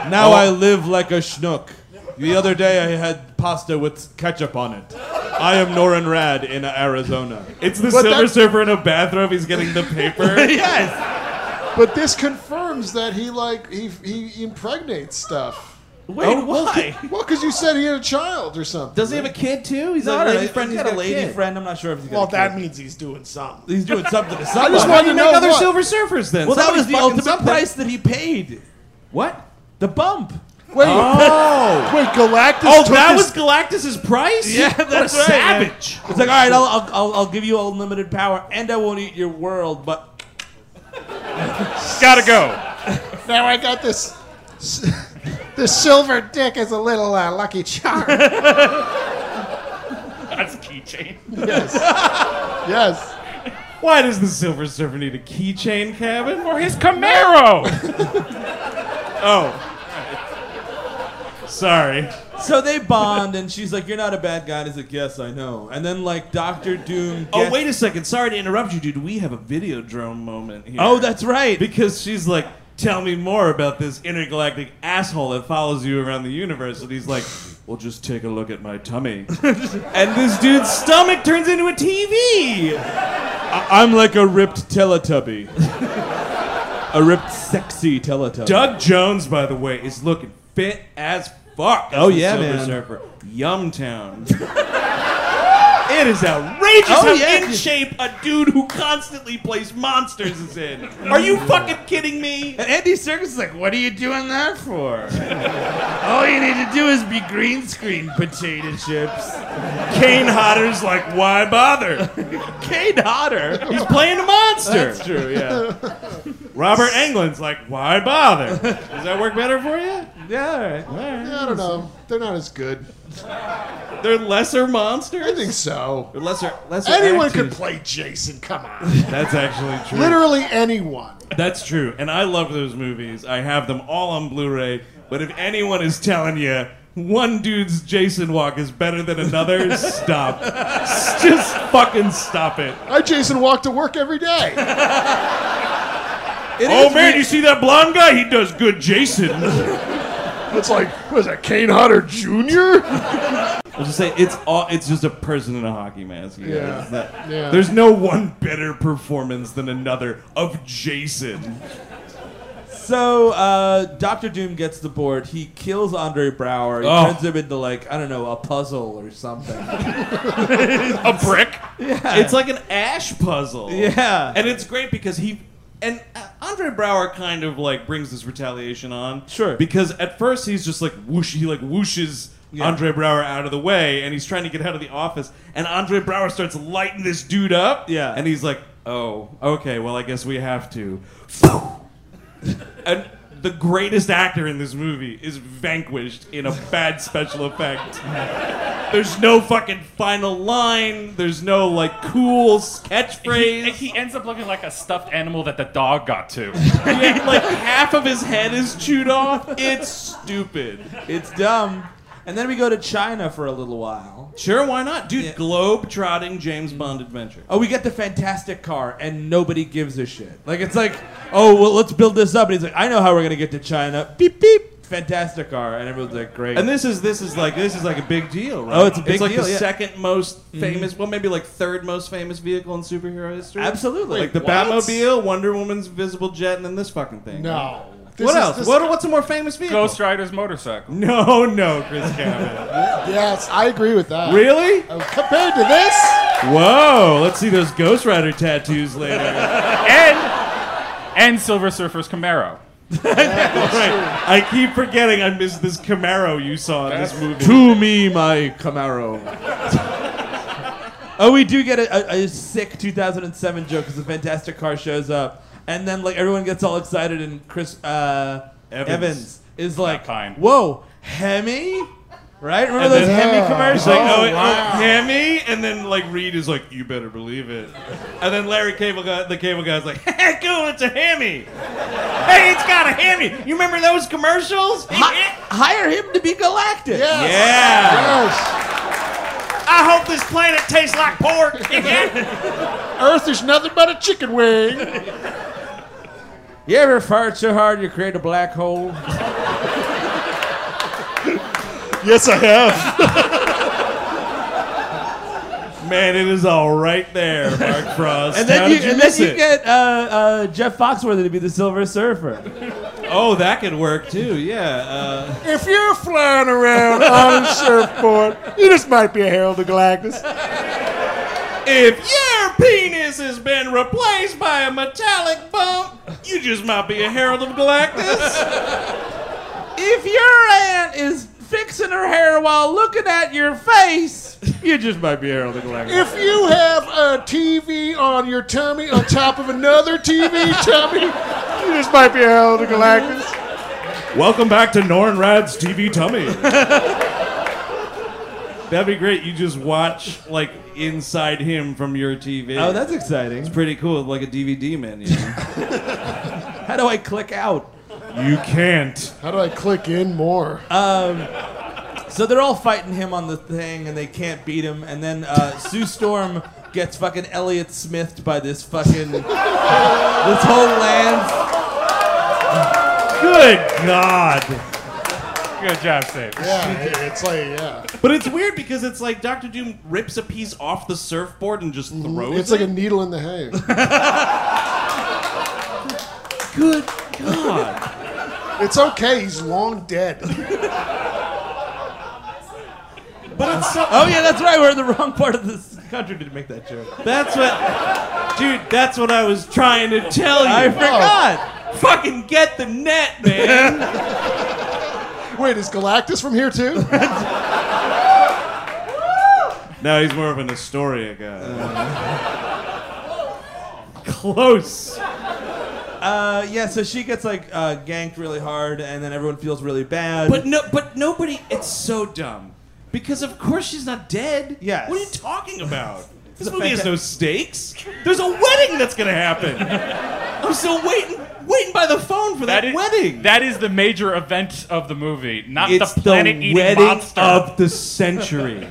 Speaker 3: now I live like a schnook. The other day I had pasta with ketchup on it. I am Norin Rad in Arizona.
Speaker 6: It's the
Speaker 8: But
Speaker 6: Silver
Speaker 8: that's-
Speaker 6: Surfer in a bathrobe. He's getting the paper.
Speaker 3: yes.
Speaker 8: But this confirms that he like he he impregnates stuff.
Speaker 3: Wait, why?
Speaker 8: Oh, Well, because you said he had a child or something.
Speaker 1: Does he have a kid too? He's
Speaker 3: Not
Speaker 1: not a
Speaker 3: a lady
Speaker 1: lady friend.
Speaker 3: He's got a lady friend. I'm not sure if he's got a kid.
Speaker 15: means he's doing something.
Speaker 3: He's doing something to somebody.
Speaker 8: I just
Speaker 1: Why
Speaker 8: wanted
Speaker 1: do
Speaker 8: to
Speaker 1: you
Speaker 8: know
Speaker 1: make other
Speaker 8: what?
Speaker 1: Silver Surfers then?
Speaker 3: well, that was
Speaker 1: Somebody's
Speaker 3: the
Speaker 1: fucking
Speaker 3: ultimate
Speaker 1: something.
Speaker 3: price that he paid.
Speaker 1: What?
Speaker 3: The bump. Oh.
Speaker 8: Wait, wait, Galactus.
Speaker 1: Oh,
Speaker 8: took
Speaker 1: that
Speaker 8: his-
Speaker 1: was Galactus's price.
Speaker 3: Yeah, that's
Speaker 1: what a
Speaker 3: right, man.
Speaker 1: savage.
Speaker 3: It's like, all right, I'll, I'll, I'll, I'll give you unlimited power, and I won't eat your world, but
Speaker 9: Gotta go.
Speaker 8: Now I got this. The silver dick is a little uh, lucky charm.
Speaker 9: That's a keychain.
Speaker 8: yes. Yes.
Speaker 1: Why does the Silver Surfer need a keychain cabin?
Speaker 9: Or his Camaro.
Speaker 6: Sorry.
Speaker 3: so they bond, and she's like, "You're not a bad guy." And he's like, "Yes, I know." And then like Doctor Doom. Gets,
Speaker 1: Oh, wait a second. Sorry to interrupt you, dude. We have a video drone moment here.
Speaker 3: Oh, that's right.
Speaker 1: because she's like, tell me more about this intergalactic asshole that follows you around the universe. And he's like, well, just take a look at my tummy. and this dude's stomach turns into a TV.
Speaker 3: I- I'm like a ripped Teletubby. a ripped, sexy Teletubby.
Speaker 1: Doug Jones, by the way, is looking fit as fuck.
Speaker 3: Oh,
Speaker 1: as the
Speaker 3: yeah,
Speaker 1: Silver
Speaker 3: man.
Speaker 1: Surfer. Yumtown. It is outrageous
Speaker 3: Oh,
Speaker 1: how
Speaker 3: yeah,
Speaker 1: in
Speaker 3: dude.
Speaker 1: shape a dude who constantly plays monsters is in. Are you fucking kidding me?
Speaker 3: And Andy Serkis is like, what are you doing that for? All you need to do is be green screen potato chips.
Speaker 6: Kane Hodder's like, why bother?
Speaker 3: Kane Hodder.
Speaker 1: He's playing a monster.
Speaker 6: That's true, yeah. Robert Englund's like, why bother? Does that work better for you?
Speaker 3: Yeah, all right.
Speaker 8: I don't know. They're not as good.
Speaker 1: They're lesser monsters.
Speaker 8: I think so.
Speaker 1: They're lesser, lesser.
Speaker 8: Anyone
Speaker 1: actors.
Speaker 8: could play Jason. Come on.
Speaker 1: That's actually true.
Speaker 8: Literally anyone.
Speaker 1: That's true. And I love those movies. I have them all on Blu-ray. But if anyone is telling you, one dude's Jason walk is better than another's, stop. Just fucking stop it.
Speaker 2: I Jason walk to work every day.
Speaker 1: oh man, you see that blonde guy? He does good Jason.
Speaker 2: It's like, was that Kane Hodder Jr.?
Speaker 1: I'll just say it's all it's just a person in a hockey mask. You
Speaker 2: Yeah.
Speaker 1: guys. That-
Speaker 2: Yeah.
Speaker 1: There's no one better performance than another of Jason.
Speaker 3: So uh, Doctor Doom gets the board. He kills Andre Brower. He
Speaker 16: Oh.
Speaker 3: turns him into like I don't know a puzzle or something.
Speaker 1: a brick.
Speaker 3: Yeah.
Speaker 1: It's like an ash puzzle.
Speaker 3: Yeah.
Speaker 1: And it's great because he and uh, Andre Brower kind of like brings this retaliation on. Sure. Because at first he's just like whoosh he like whooshes Andre Brower out of the way and he's trying to get out of the office and Andre Brower starts lighting this dude up. Yeah. And he's like, "Oh, okay, well I guess we have to." and the greatest actor in this movie is vanquished in a bad special effect. There's no fucking final line. There's no like cool catchphrase.
Speaker 9: He, he ends up looking like a stuffed animal that the dog got to.
Speaker 1: Yeah, like half of his head is chewed off. It's stupid.
Speaker 3: It's dumb. And then we go to China for a little while.
Speaker 1: Sure, why not, dude? Globe trotting James Bond adventure.
Speaker 3: Oh, we get the fantastic car, and nobody gives a shit. Like it's like, oh well, let's build this up. And he's like, I know how we're gonna get to China. Beep beep. Fantastic car, and everyone's like, great.
Speaker 1: And this is this is like this is like a big deal, right?
Speaker 3: Oh, it's a big
Speaker 1: like
Speaker 3: deal,
Speaker 1: the
Speaker 3: yeah.
Speaker 1: second most
Speaker 3: Mhm.
Speaker 1: famous, well, maybe like third most famous vehicle in superhero history.
Speaker 3: Absolutely.
Speaker 1: like the
Speaker 3: What?
Speaker 1: Batmobile, Wonder Woman's visible jet, and then this fucking thing.
Speaker 2: No. This
Speaker 1: What
Speaker 2: is-
Speaker 1: else?
Speaker 2: this-
Speaker 1: What, what's a more famous vehicle?
Speaker 9: Ghost Rider's motorcycle.
Speaker 1: No, no, Chris Cameron.
Speaker 2: yes, I agree with that.
Speaker 1: Really?
Speaker 2: Uh, compared to this?
Speaker 1: Whoa! Let's see those Ghost Rider tattoos later.
Speaker 9: and and Silver Surfer's Camaro.
Speaker 1: right. I keep forgetting I missed this Camaro you saw in this movie.
Speaker 3: To me, my Camaro. oh, we do get a, a, a sick 2007 joke because the Fantastic Car shows up, and then like everyone gets all excited, and Chris uh, Evans.
Speaker 1: Evans.
Speaker 3: is like, "Whoa, Hemi!" Right? Remember
Speaker 1: And
Speaker 3: those
Speaker 1: then-
Speaker 3: Hemi
Speaker 1: He's
Speaker 3: commercials?
Speaker 1: like, oh, it- oh, Hemi, and then like Reed is like, you better believe it, and then Larry Cable guy, the Cable guy's like, hey, cool, it's a Hemi. Hey, it's got a Hemi. You remember those commercials?
Speaker 3: hire him to be Galactus.
Speaker 1: Yes.
Speaker 2: Yeah.
Speaker 1: I hope this planet tastes like pork.
Speaker 2: Earth is nothing but a chicken wing.
Speaker 3: You ever fart so hard you create a black hole?
Speaker 1: yes, I have. Man, it is all right there, Mark Frost.
Speaker 3: And then
Speaker 1: How
Speaker 3: you,
Speaker 1: did you
Speaker 3: and then
Speaker 1: miss
Speaker 3: you
Speaker 1: it?
Speaker 3: get uh, uh, Jeff Foxworthy to be the Silver Surfer.
Speaker 1: Oh, that could work too. Yeah. Uh,
Speaker 2: If you're flying around on a surfboard, you just might be a Herald of Galactus.
Speaker 1: If your penis has been replaced by a metallic bump, you just might be a herald of Galactus.
Speaker 3: If your aunt is fixing her hair while looking at your face, you just might be Harold the Galactus.
Speaker 2: If you have a TV on your tummy on top of another TV tummy, you just might be a Herald of Galactus.
Speaker 1: Welcome back to Nornrad's TV Tummy. That'd be great. You just watch like inside him from your TV.
Speaker 3: Oh, that's exciting.
Speaker 1: It's pretty cool, like a DVD menu.
Speaker 3: How do I click out?
Speaker 1: You can't.
Speaker 2: How do I click in more?
Speaker 3: Um, so they're all fighting him on the thing, and they can't beat him. And then uh, Sue Storm gets fucking Elliot Smithed by this fucking this whole land.
Speaker 1: Good God.
Speaker 9: Good job, Sage.
Speaker 2: Yeah, it's like, yeah.
Speaker 1: But it's weird because it's like Doctor Doom rips a piece off the surfboard and just throws
Speaker 2: It's
Speaker 1: it.
Speaker 2: like a needle in the hay.
Speaker 1: Good God.
Speaker 2: It's okay, he's long dead.
Speaker 1: But it's so-
Speaker 3: Oh yeah, that's right. We're in the wrong part of this country to make that joke.
Speaker 1: That's what, dude. That's what I was trying to tell you.
Speaker 3: I forgot.
Speaker 1: Fucking get the net, man.
Speaker 2: Wait, is Galactus from here too?
Speaker 1: no, he's more of an Astoria guy. Close.
Speaker 3: Uh, yeah, so she gets like uh, ganked really hard, and then everyone feels really bad.
Speaker 1: But no, but nobody. It's so dumb because of course she's not dead.
Speaker 3: Yes.
Speaker 1: What are you talking about?
Speaker 3: It's
Speaker 1: This
Speaker 3: a
Speaker 1: movie has
Speaker 3: fanta-
Speaker 1: no stakes. There's a wedding that's gonna happen. I'm still waiting. waiting by the phone for that,
Speaker 9: That is-
Speaker 1: wedding.
Speaker 9: That is the major event of the movie, not
Speaker 1: it's
Speaker 9: the planet-eating
Speaker 1: wedding
Speaker 9: monster.
Speaker 1: of the century.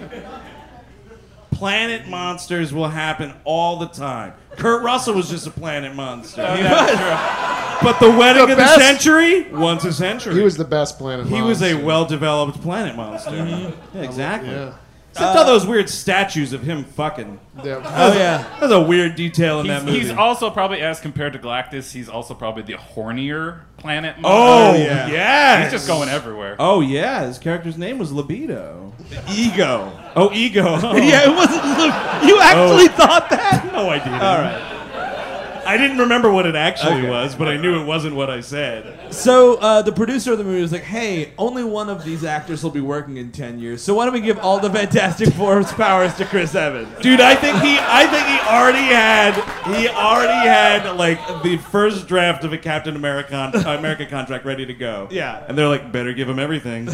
Speaker 1: planet monsters will happen all the time. Kurt Russell was just a planet monster.
Speaker 6: Oh,
Speaker 1: He
Speaker 6: that's
Speaker 1: was.
Speaker 6: true.
Speaker 1: But the wedding
Speaker 6: The
Speaker 1: of
Speaker 6: best-
Speaker 1: the century? Once a century.
Speaker 6: He was the
Speaker 8: best planet
Speaker 1: He was a
Speaker 6: monster.
Speaker 1: well developed planet monster. Mm-hmm. Yeah, exactly. Uh,
Speaker 6: Yeah.
Speaker 1: Except all those weird statues of him fucking.
Speaker 8: Yeah.
Speaker 1: That was- That was a weird detail in
Speaker 9: He's,
Speaker 1: that movie.
Speaker 9: he's also probably, as compared to Galactus, he's also probably the hornier planet.
Speaker 1: Oh,
Speaker 9: monster.
Speaker 1: yeah.
Speaker 9: He's just going everywhere.
Speaker 1: Oh, yeah. His character's name was Libido. Ego. Oh, Ego.
Speaker 4: Yeah,
Speaker 1: it wasn't
Speaker 4: you actually
Speaker 1: thought that? No, I didn't.
Speaker 4: All
Speaker 1: right. I didn't remember what it actually
Speaker 3: Okay.
Speaker 1: was, but I knew it wasn't what I said.
Speaker 3: So uh, the producer of the movie was like, "Hey, only one of these actors will be working in ten years. So why don't we give all the Fantastic Four's powers to Chris Evans?"
Speaker 1: Dude, I think he I think he already had he already had like the first draft of a Captain America con- America contract ready to go.
Speaker 6: Yeah.
Speaker 1: And they're like better give him everything.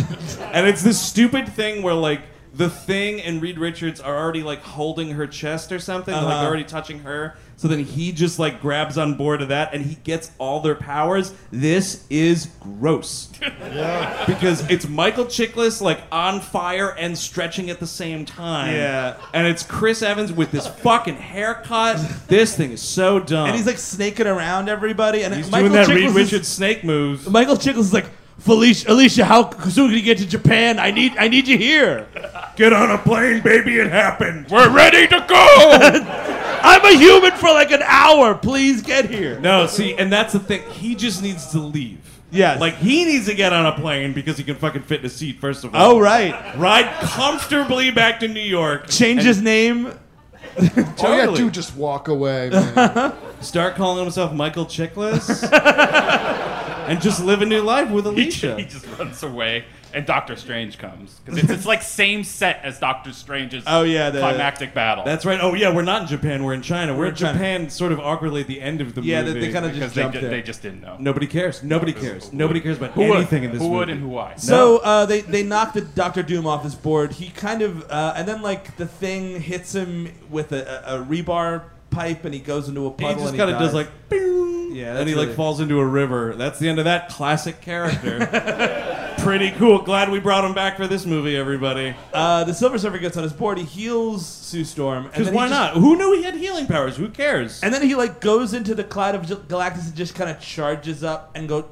Speaker 1: and it's this stupid thing where like the thing and Reed Richards are already like holding her chest or something. They're, like
Speaker 6: Uh-huh.
Speaker 1: they're already touching her. So then he just like grabs on board of that and he gets all their powers. This is gross.
Speaker 6: Yeah.
Speaker 1: Because it's Michael Chiklis like on fire and stretching at the same time.
Speaker 6: Yeah.
Speaker 1: And it's Chris Evans with this fucking haircut. This thing is so dumb.
Speaker 3: And he's like snaking around everybody, and
Speaker 1: He's
Speaker 3: Michael
Speaker 1: doing that
Speaker 3: Chiklis
Speaker 1: Reed
Speaker 3: is-
Speaker 1: Richards snake moves.
Speaker 3: Michael Chiklis is like, Felicia, Alicia, how soon can you get to Japan? I need, I need you here.
Speaker 15: Get on a plane, baby. It happened.
Speaker 3: We're ready to go. I'm a human for like an hour. Please get here.
Speaker 1: No, see, and that's the thing. He just needs to leave.
Speaker 3: Yes.
Speaker 1: Like he needs to get on a plane because he can fucking fit in a seat first of all.
Speaker 3: Oh, right.
Speaker 1: Ride comfortably back to New York.
Speaker 3: Change
Speaker 1: And-
Speaker 3: his name.
Speaker 1: Totally.
Speaker 8: Oh yeah, dude, just walk away, man.
Speaker 1: Start calling himself Michael Chiklis. and just live a new life with Alicia.
Speaker 9: He just runs away, and Doctor Strange comes because it's, it's like same set as Doctor Strange's.
Speaker 1: Oh yeah, the
Speaker 9: climactic battle.
Speaker 1: That's right. Oh yeah, we're not in Japan. We're in China. We're,
Speaker 9: We're
Speaker 1: in
Speaker 9: in China.
Speaker 1: Japan, sort of awkwardly at the end of the
Speaker 9: Yeah, they-
Speaker 1: movie.
Speaker 9: they kinda just Because they jumped ju- there. they just didn't know.
Speaker 1: Nobody cares. Nobody cares. Nobody cares about
Speaker 9: Who would?
Speaker 1: anything in this
Speaker 9: Who
Speaker 1: movie.
Speaker 9: would and who why?
Speaker 3: So uh, they they knock the Doctor Doom off his board. He kind of uh, and then like the thing hits him with a, a, a rebar pipe, and he goes into a
Speaker 1: he
Speaker 3: puddle.
Speaker 1: just
Speaker 3: and
Speaker 1: kind of
Speaker 3: dies.
Speaker 1: does like, bing,
Speaker 3: yeah,
Speaker 1: and
Speaker 3: that's
Speaker 1: then he
Speaker 3: really-
Speaker 1: like falls into a river. That's the end of that classic character. Pretty cool. Glad we brought him back for this movie, everybody.
Speaker 3: Uh, the Silver Surfer gets on his board. He heals Sue Storm. and
Speaker 1: Because
Speaker 3: then he
Speaker 1: why
Speaker 3: just-
Speaker 1: not? Who knew he had healing powers? Who cares?
Speaker 3: And then he like goes into the cloud of Galactus and just kind of charges up and go.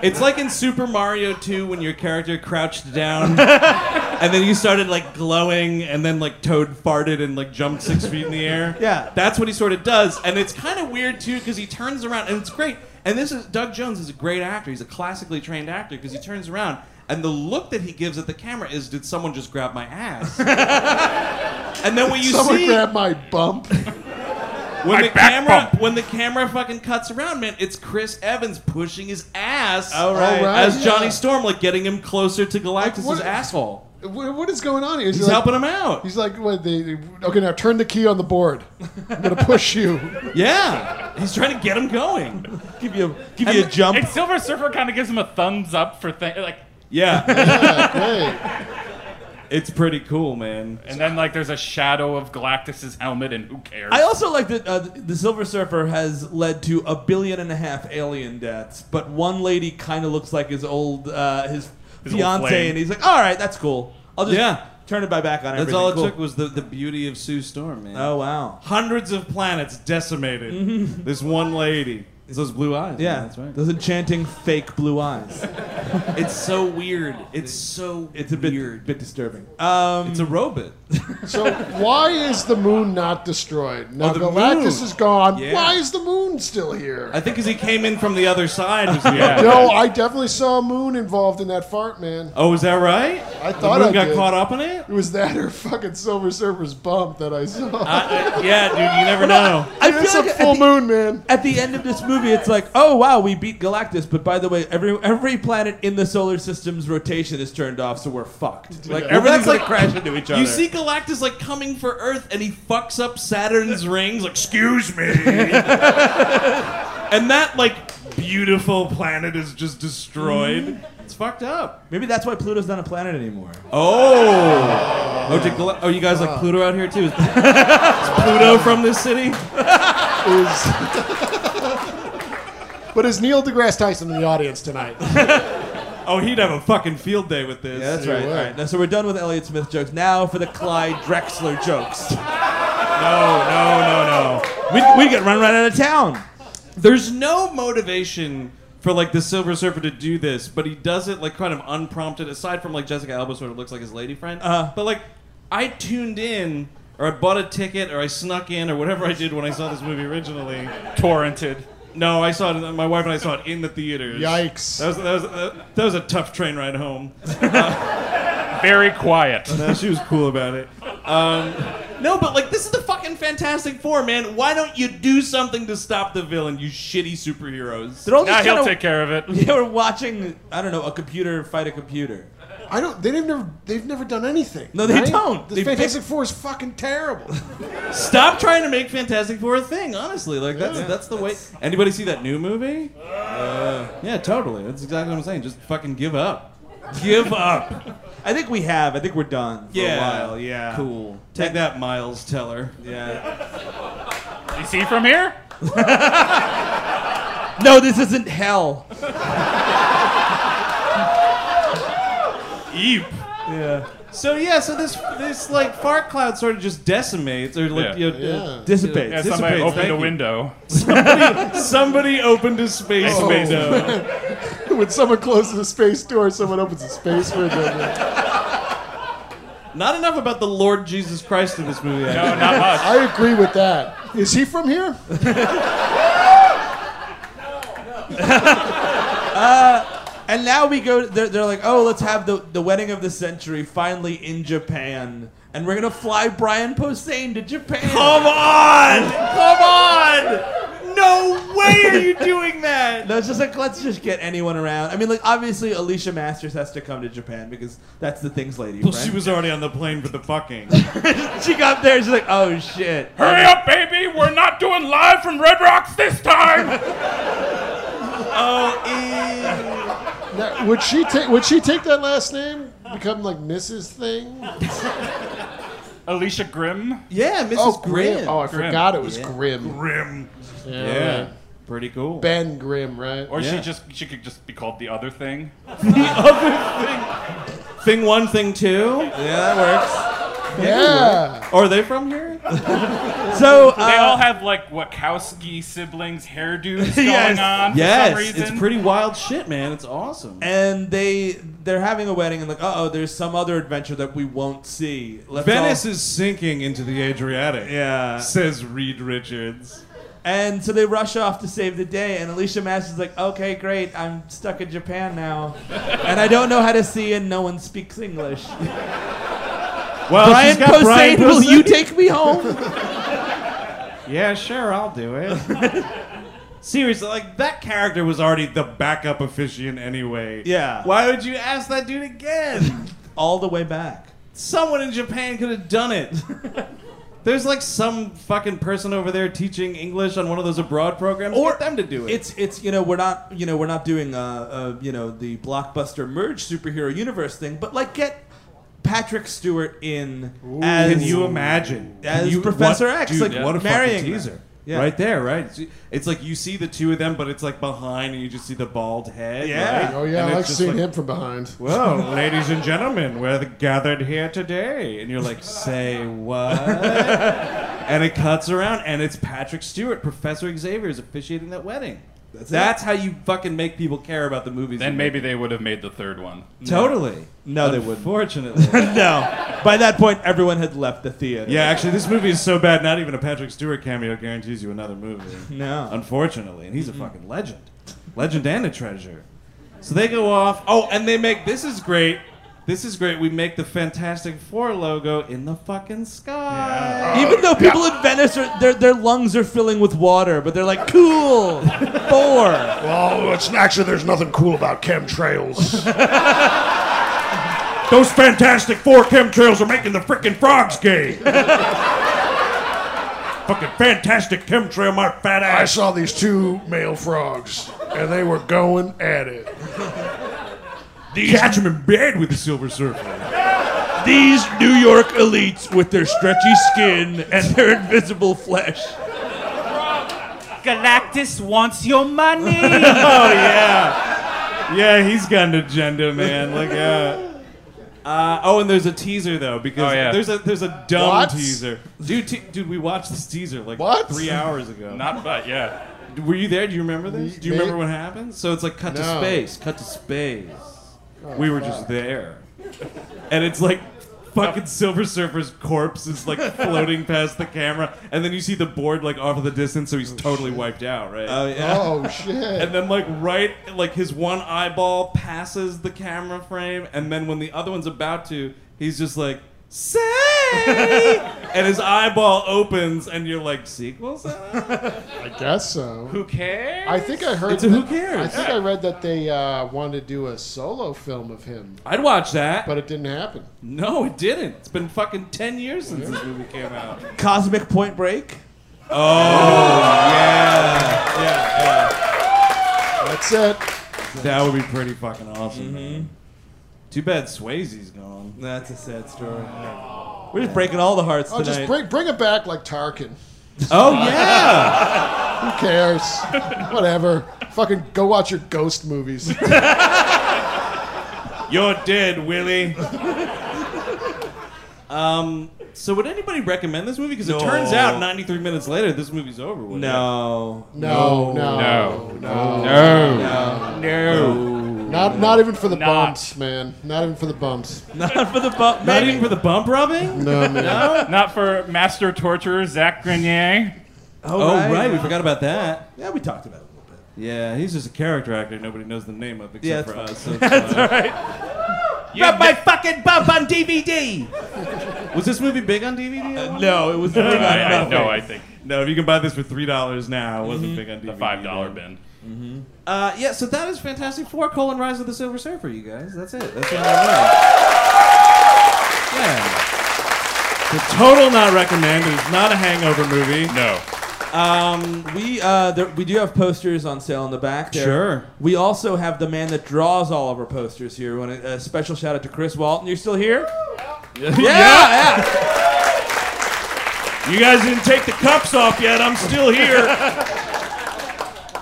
Speaker 1: It's like in Super Mario 2 when your character crouched down and then you started like glowing and then like Toad farted and like jumped six feet in the air.
Speaker 3: Yeah.
Speaker 1: That's what he sort of does. And it's kind of weird too because he turns around and it's great. And this is Doug Jones is a great actor. He's a classically trained actor because he turns around and the look that he gives at the camera is did someone just grab my ass? and then what you
Speaker 8: Someone
Speaker 1: see
Speaker 8: grab my bump.
Speaker 1: when
Speaker 8: My
Speaker 1: the
Speaker 8: back
Speaker 1: camera when the camera fucking cuts around, man, it's Chris Evans pushing his ass
Speaker 8: Oh, right. Oh, right,
Speaker 1: as Johnny
Speaker 8: yeah.
Speaker 1: Storm, like getting him closer to Galactus's
Speaker 8: what-
Speaker 1: asshole.
Speaker 8: What, what is going on here?
Speaker 1: He's helping him out.
Speaker 8: He's like, what, they, they- okay, now turn the key on the board. I'm gonna push you.
Speaker 1: Yeah, he's trying to get him going.
Speaker 3: give you a,
Speaker 8: give you a jump.
Speaker 9: And Silver Surfer kind of gives him a thumbs up for thing like.
Speaker 1: Yeah. It's pretty cool, man.
Speaker 9: And then like there's a shadow of Galactus's helmet, and who cares?
Speaker 3: I also like that uh, the Silver Surfer has led to a billion and a half alien deaths, but one lady kind of looks like his old uh, his,
Speaker 1: His old
Speaker 3: fiance,
Speaker 1: flame.
Speaker 3: and he's like, "All right, that's cool. I'll just
Speaker 1: Yeah.
Speaker 3: turn it by back on."
Speaker 1: That's
Speaker 3: everything.
Speaker 1: all it
Speaker 3: Cool."
Speaker 1: took was the, the beauty of Sue Storm, man.
Speaker 3: Oh, wow.
Speaker 1: Hundreds of planets decimated. This one lady. It's those blue eyes.
Speaker 3: Yeah,
Speaker 1: man, that's right.
Speaker 3: Those enchanting fake blue eyes.
Speaker 1: It's so weird. It's so
Speaker 3: it's a bit bit disturbing.
Speaker 1: Um, it's a robot.
Speaker 8: So why is the moon not destroyed? Now
Speaker 1: Oh, the
Speaker 8: Galactus
Speaker 1: moon.
Speaker 8: is gone.
Speaker 1: Yeah.
Speaker 8: Why is the moon still here?
Speaker 1: I think because he came in from the other side. Was the
Speaker 8: No, I definitely saw a moon involved in that fart, man.
Speaker 1: Oh, is that right?
Speaker 8: I thought
Speaker 1: the moon
Speaker 8: I
Speaker 1: got
Speaker 8: did.
Speaker 1: caught up in it.
Speaker 8: It was that or fucking Silver Surfer's bump that I saw.
Speaker 1: yeah, dude, you never know.
Speaker 3: I feel
Speaker 8: It's a
Speaker 3: like
Speaker 8: full
Speaker 3: at the,
Speaker 8: moon, man.
Speaker 3: At the end of this movie, it's like, oh wow, we beat Galactus, but by the way, every every planet in the solar system's rotation is turned off, so we're fucked. Like
Speaker 1: Well,
Speaker 3: everything's
Speaker 1: that's
Speaker 3: like
Speaker 1: like-
Speaker 3: crash into each other.
Speaker 1: You see Galactus like coming for Earth, and he fucks up Saturn's rings. Like, excuse me. and that like beautiful planet is just destroyed. It's fucked up.
Speaker 3: Maybe that's why Pluto's not a planet anymore.
Speaker 1: Oh. Oh, did Gal- oh, you guys like Pluto out here too? Is, is Pluto from this city?
Speaker 8: Is
Speaker 2: But is Neil deGrasse Tyson in the audience tonight?
Speaker 1: Oh, he'd have a fucking field day with this.
Speaker 3: Yeah, that's
Speaker 1: He
Speaker 3: right. All
Speaker 1: would.
Speaker 3: right. Now, so we're done with Elliot Smith jokes. Now for the Clyde Drexler jokes.
Speaker 1: Oh, No, no,
Speaker 3: no, no. We we get run right out of town.
Speaker 1: There's no motivation for like the Silver Surfer to do this, but he does it like kind of unprompted. Aside from like Jessica Alba sort of looks like his lady friend,
Speaker 3: Uh-huh.
Speaker 1: but like I tuned in. Or I bought a ticket, or I snuck in, or whatever I did when I saw this movie originally. Torrented. No, I saw it. My wife and I saw it in the theaters.
Speaker 2: Yikes.
Speaker 1: That was, that was, uh, that, was a tough train ride home.
Speaker 9: Very quiet.
Speaker 1: No, she was cool about it. Um, no, but like this is the fucking Fantastic Four, man. Why don't you do something to stop the villain, you shitty superheroes?
Speaker 3: They're all just
Speaker 9: he'll
Speaker 3: kinda-
Speaker 9: take care of it.
Speaker 3: Yeah, we're watching. I don't know a computer fight a computer.
Speaker 2: I don't. They've never. They've never done anything.
Speaker 3: No, they
Speaker 2: right?
Speaker 3: don't.
Speaker 2: The
Speaker 3: They
Speaker 2: Fantastic Four is fucking terrible.
Speaker 1: Stop trying to make Fantastic Four a thing. Honestly, like that's that's Uh. the way. Anybody see that new movie? yeah, totally. That's exactly what I'm saying. Just fucking give up. Give up.
Speaker 3: I think we have. I think we're done. For
Speaker 1: yeah.
Speaker 3: A while. Yeah.
Speaker 1: Cool. Take that, Miles Teller.
Speaker 3: Yeah.
Speaker 9: You see from here?
Speaker 3: No, this isn't hell.
Speaker 1: Eep.
Speaker 3: Yeah.
Speaker 1: So yeah, so this this like fart cloud sort of just decimates or like
Speaker 9: Yeah.
Speaker 1: you know, uh,
Speaker 9: Yeah.
Speaker 1: dissipates.
Speaker 9: Yeah, somebody
Speaker 1: dissipates,
Speaker 9: opened
Speaker 1: thank
Speaker 9: a
Speaker 1: you.
Speaker 9: window.
Speaker 1: Somebody, somebody opened a space
Speaker 2: Oh.
Speaker 1: window.
Speaker 2: when someone closes a space door, someone opens a space window.
Speaker 1: Not enough about the Lord Jesus Christ in this movie. No,
Speaker 9: not much.
Speaker 2: I agree with that. Is he from here?
Speaker 3: Uh, and now we go. They're, they're like, oh, let's have the the wedding of the century finally in Japan, and we're gonna fly Brian Posehn to Japan.
Speaker 17: Come
Speaker 1: on!
Speaker 3: come on!
Speaker 1: No way are you doing that?
Speaker 3: No, it's just like let's just get anyone around. I mean, like obviously Alicia Masters has to come to Japan because that's the things lady.
Speaker 1: Well,
Speaker 3: right?
Speaker 1: she was already on the plane for the fucking.
Speaker 3: she got there. She's like, oh shit.
Speaker 9: Hurry up, baby! We're not doing live from Red Rocks this time!
Speaker 3: eh,
Speaker 2: Now, would she take? Would she take that last name? Become like Mrs. Thing?
Speaker 9: Alicia Grimm?
Speaker 3: Yeah, Mrs.
Speaker 2: Oh, Grimm. Oh, I
Speaker 9: Grimm.
Speaker 2: forgot it was
Speaker 9: Yeah.
Speaker 2: Grim.
Speaker 9: Grimm.
Speaker 2: Yeah.
Speaker 9: Yeah.
Speaker 2: right.
Speaker 1: Pretty cool.
Speaker 2: Ben Grimm, right?
Speaker 9: Or she
Speaker 2: Yeah.
Speaker 9: just she could just be called the other thing.
Speaker 1: the other thing. Thing one, thing two.
Speaker 3: Yeah, that works.
Speaker 9: Yeah.
Speaker 1: Are they from here?
Speaker 3: So,
Speaker 9: they
Speaker 1: uh,
Speaker 9: all have like Wachowski siblings hairdos going
Speaker 1: Yes.
Speaker 9: on. For
Speaker 1: Yes,
Speaker 9: some reason.
Speaker 1: it's pretty wild shit, man. It's awesome.
Speaker 3: And they they're having a wedding and like, uh oh, there's some other adventure that we won't see. Let's
Speaker 1: Venice
Speaker 3: all-
Speaker 1: is sinking into the Adriatic.
Speaker 3: Yeah.
Speaker 1: Says Reed Richards.
Speaker 3: And so they rush off to save the day, and Alicia Masters is like, okay, great, I'm stuck in Japan now. and I don't know how to see, and no one speaks English.
Speaker 1: Well, she's
Speaker 3: Brian,
Speaker 1: got
Speaker 3: Posehn,
Speaker 1: Brian
Speaker 3: will
Speaker 1: Posehn.
Speaker 3: you take me home?
Speaker 1: Yeah, sure, I'll do it. Seriously, like that character was already the backup officiant anyway.
Speaker 3: Yeah.
Speaker 1: Why would you ask that dude again?
Speaker 3: All the way back.
Speaker 1: Someone in Japan could have done it. There's like some fucking person over there teaching English on one of those abroad programs. Or Get them to do it.
Speaker 3: It's it's you know we're not you know we're not doing uh, uh you know the blockbuster merge superhero universe thing, but like get Patrick Stewart in as
Speaker 1: Can you imagine?
Speaker 3: as
Speaker 1: Can you,
Speaker 3: Professor
Speaker 1: what-
Speaker 3: X
Speaker 1: dude,
Speaker 3: like
Speaker 1: what a
Speaker 3: marrying
Speaker 1: fucking
Speaker 3: them.
Speaker 1: teaser.
Speaker 3: Yeah.
Speaker 1: Right there, right? It's, it's like you see the two of them, but it's like behind, and you just see the bald head.
Speaker 3: Yeah.
Speaker 1: right?
Speaker 2: Oh
Speaker 1: And
Speaker 2: yeah, I
Speaker 1: it's
Speaker 2: like
Speaker 1: just
Speaker 2: seeing him from behind.
Speaker 1: Well, ladies and gentlemen, we're gathered here today, and you're like, say what? and it cuts around, and it's Patrick Stewart, Professor Xavier, is officiating that wedding. That's,
Speaker 3: it.
Speaker 1: how you fucking make people care about the movies.
Speaker 9: Then
Speaker 1: you
Speaker 9: maybe they would have made the third one.
Speaker 1: make. totally.
Speaker 3: No, they wouldn't.
Speaker 1: Unfortunately,
Speaker 3: no. By that point, everyone had left the theater.
Speaker 1: Yeah, actually, this movie is so bad. Not even a Patrick Stewart cameo guarantees you another movie.
Speaker 3: No.
Speaker 1: unfortunately, and he's a fucking legend, legend and a treasure. So they go off. Oh, and they make this is great. This is great. We make the Fantastic Four logo in the fucking sky.
Speaker 3: Even though people in Venice are their their lungs are filling with water, but they're like cool four.
Speaker 8: Well, it's actually there's nothing cool about chemtrails.
Speaker 14: Those Fantastic Four chemtrails are making the frickin' frogs gay. Fucking fantastic chemtrail, my fat ass.
Speaker 8: I saw these two male frogs, and they were going at it.
Speaker 14: Catch him in bed with the Silver Surfer.
Speaker 3: These New York elites with their stretchy skin and their invisible flesh.
Speaker 18: Galactus wants your money. oh
Speaker 1: yeah, yeah. He's got an agenda, man. Look out. Uh, oh, and there's a teaser though because
Speaker 19: Oh, yeah.
Speaker 1: there's a there's a dumb
Speaker 19: What?
Speaker 1: teaser, dude. Te- dude, we watched this teaser like
Speaker 19: What?
Speaker 1: three hours ago.
Speaker 9: Not but yeah.
Speaker 1: Were you there? Do you remember this? Do you
Speaker 19: Maybe-
Speaker 1: remember what happened? So it's like cut to
Speaker 19: No.
Speaker 1: space, cut to space.
Speaker 19: Oh,
Speaker 1: we were
Speaker 19: fuck.
Speaker 1: just there, and it's like fucking Silver Surfer's corpse is like floating past the camera, and then you see the board like off of the distance, so he's totally wiped out, right?
Speaker 19: Oh, yeah. Oh, shit.
Speaker 1: And then like right, like his one eyeball passes the camera frame, and then when the other one's about to, he's just like. Say, and his eyeball opens, and you're like, sequel. I
Speaker 2: guess so.
Speaker 9: Who cares?
Speaker 2: I think I heard.
Speaker 1: It's a who
Speaker 2: that-
Speaker 1: cares?
Speaker 2: I think I read that they uh, wanted to do a solo film of him.
Speaker 1: I'd watch that.
Speaker 2: But it didn't happen.
Speaker 1: No, it didn't. It's been fucking 10 years since this movie came out.
Speaker 3: Cosmic Point Break.
Speaker 1: Oh, yeah. Yeah, yeah.
Speaker 2: That's it.
Speaker 1: That would be pretty fucking awesome. man. Mm-hmm. Too bad Swayze's gone. That's a sad story.
Speaker 3: We're just breaking all the hearts
Speaker 2: Oh, just bring bring it back like Tarkin.
Speaker 1: Oh, yeah.
Speaker 2: Who cares? Whatever. Fucking go watch your ghost movies.
Speaker 1: You're dead, Willie. um, so would anybody recommend this movie? Because it turns
Speaker 19: No.
Speaker 1: out 93 minutes later, this movie's over with.
Speaker 19: No. No.
Speaker 2: No, no, no,
Speaker 19: No.
Speaker 2: no,
Speaker 19: No.
Speaker 2: Not not even for the bumps, man. Not even for the bumps.
Speaker 3: Not for the bump.
Speaker 2: Not
Speaker 9: even
Speaker 1: for the bump rubbing.
Speaker 2: No, man.
Speaker 9: Not for master torturer Zach Grenier.
Speaker 1: Oh, right. We forgot about that.
Speaker 3: Yeah, we talked about it.
Speaker 1: Yeah, he's just a character actor nobody knows the name of except
Speaker 19: Yeah,
Speaker 1: for
Speaker 19: that's
Speaker 1: us.
Speaker 19: fine.
Speaker 1: so it's
Speaker 19: That's
Speaker 1: fine.
Speaker 19: Rub my fucking bump on DVD.
Speaker 1: Was this movie big on DVD?
Speaker 19: no, it was big on
Speaker 1: I- I-
Speaker 19: nothing.
Speaker 1: No, I think. No, if you can buy this for three dollars now, it wasn't big on DVD. The five dollar bin.
Speaker 19: Mm-hmm.
Speaker 1: Uh, yeah, so that is Fantastic Four: Colon Rise of the Silver Surfer. You guys, that's it. That's what I know. Yeah. The total not recommend. It's not a hangover movie.
Speaker 9: No.
Speaker 3: Um, we uh, there, we do have posters on sale in the back. There.
Speaker 1: Sure.
Speaker 3: We also have the man that draws all of our posters here. uh, We want a, a special shout out to Chris Walton. You're still here? Yeah.
Speaker 1: yeah. You guys didn't take the cups off yet. I'm still here.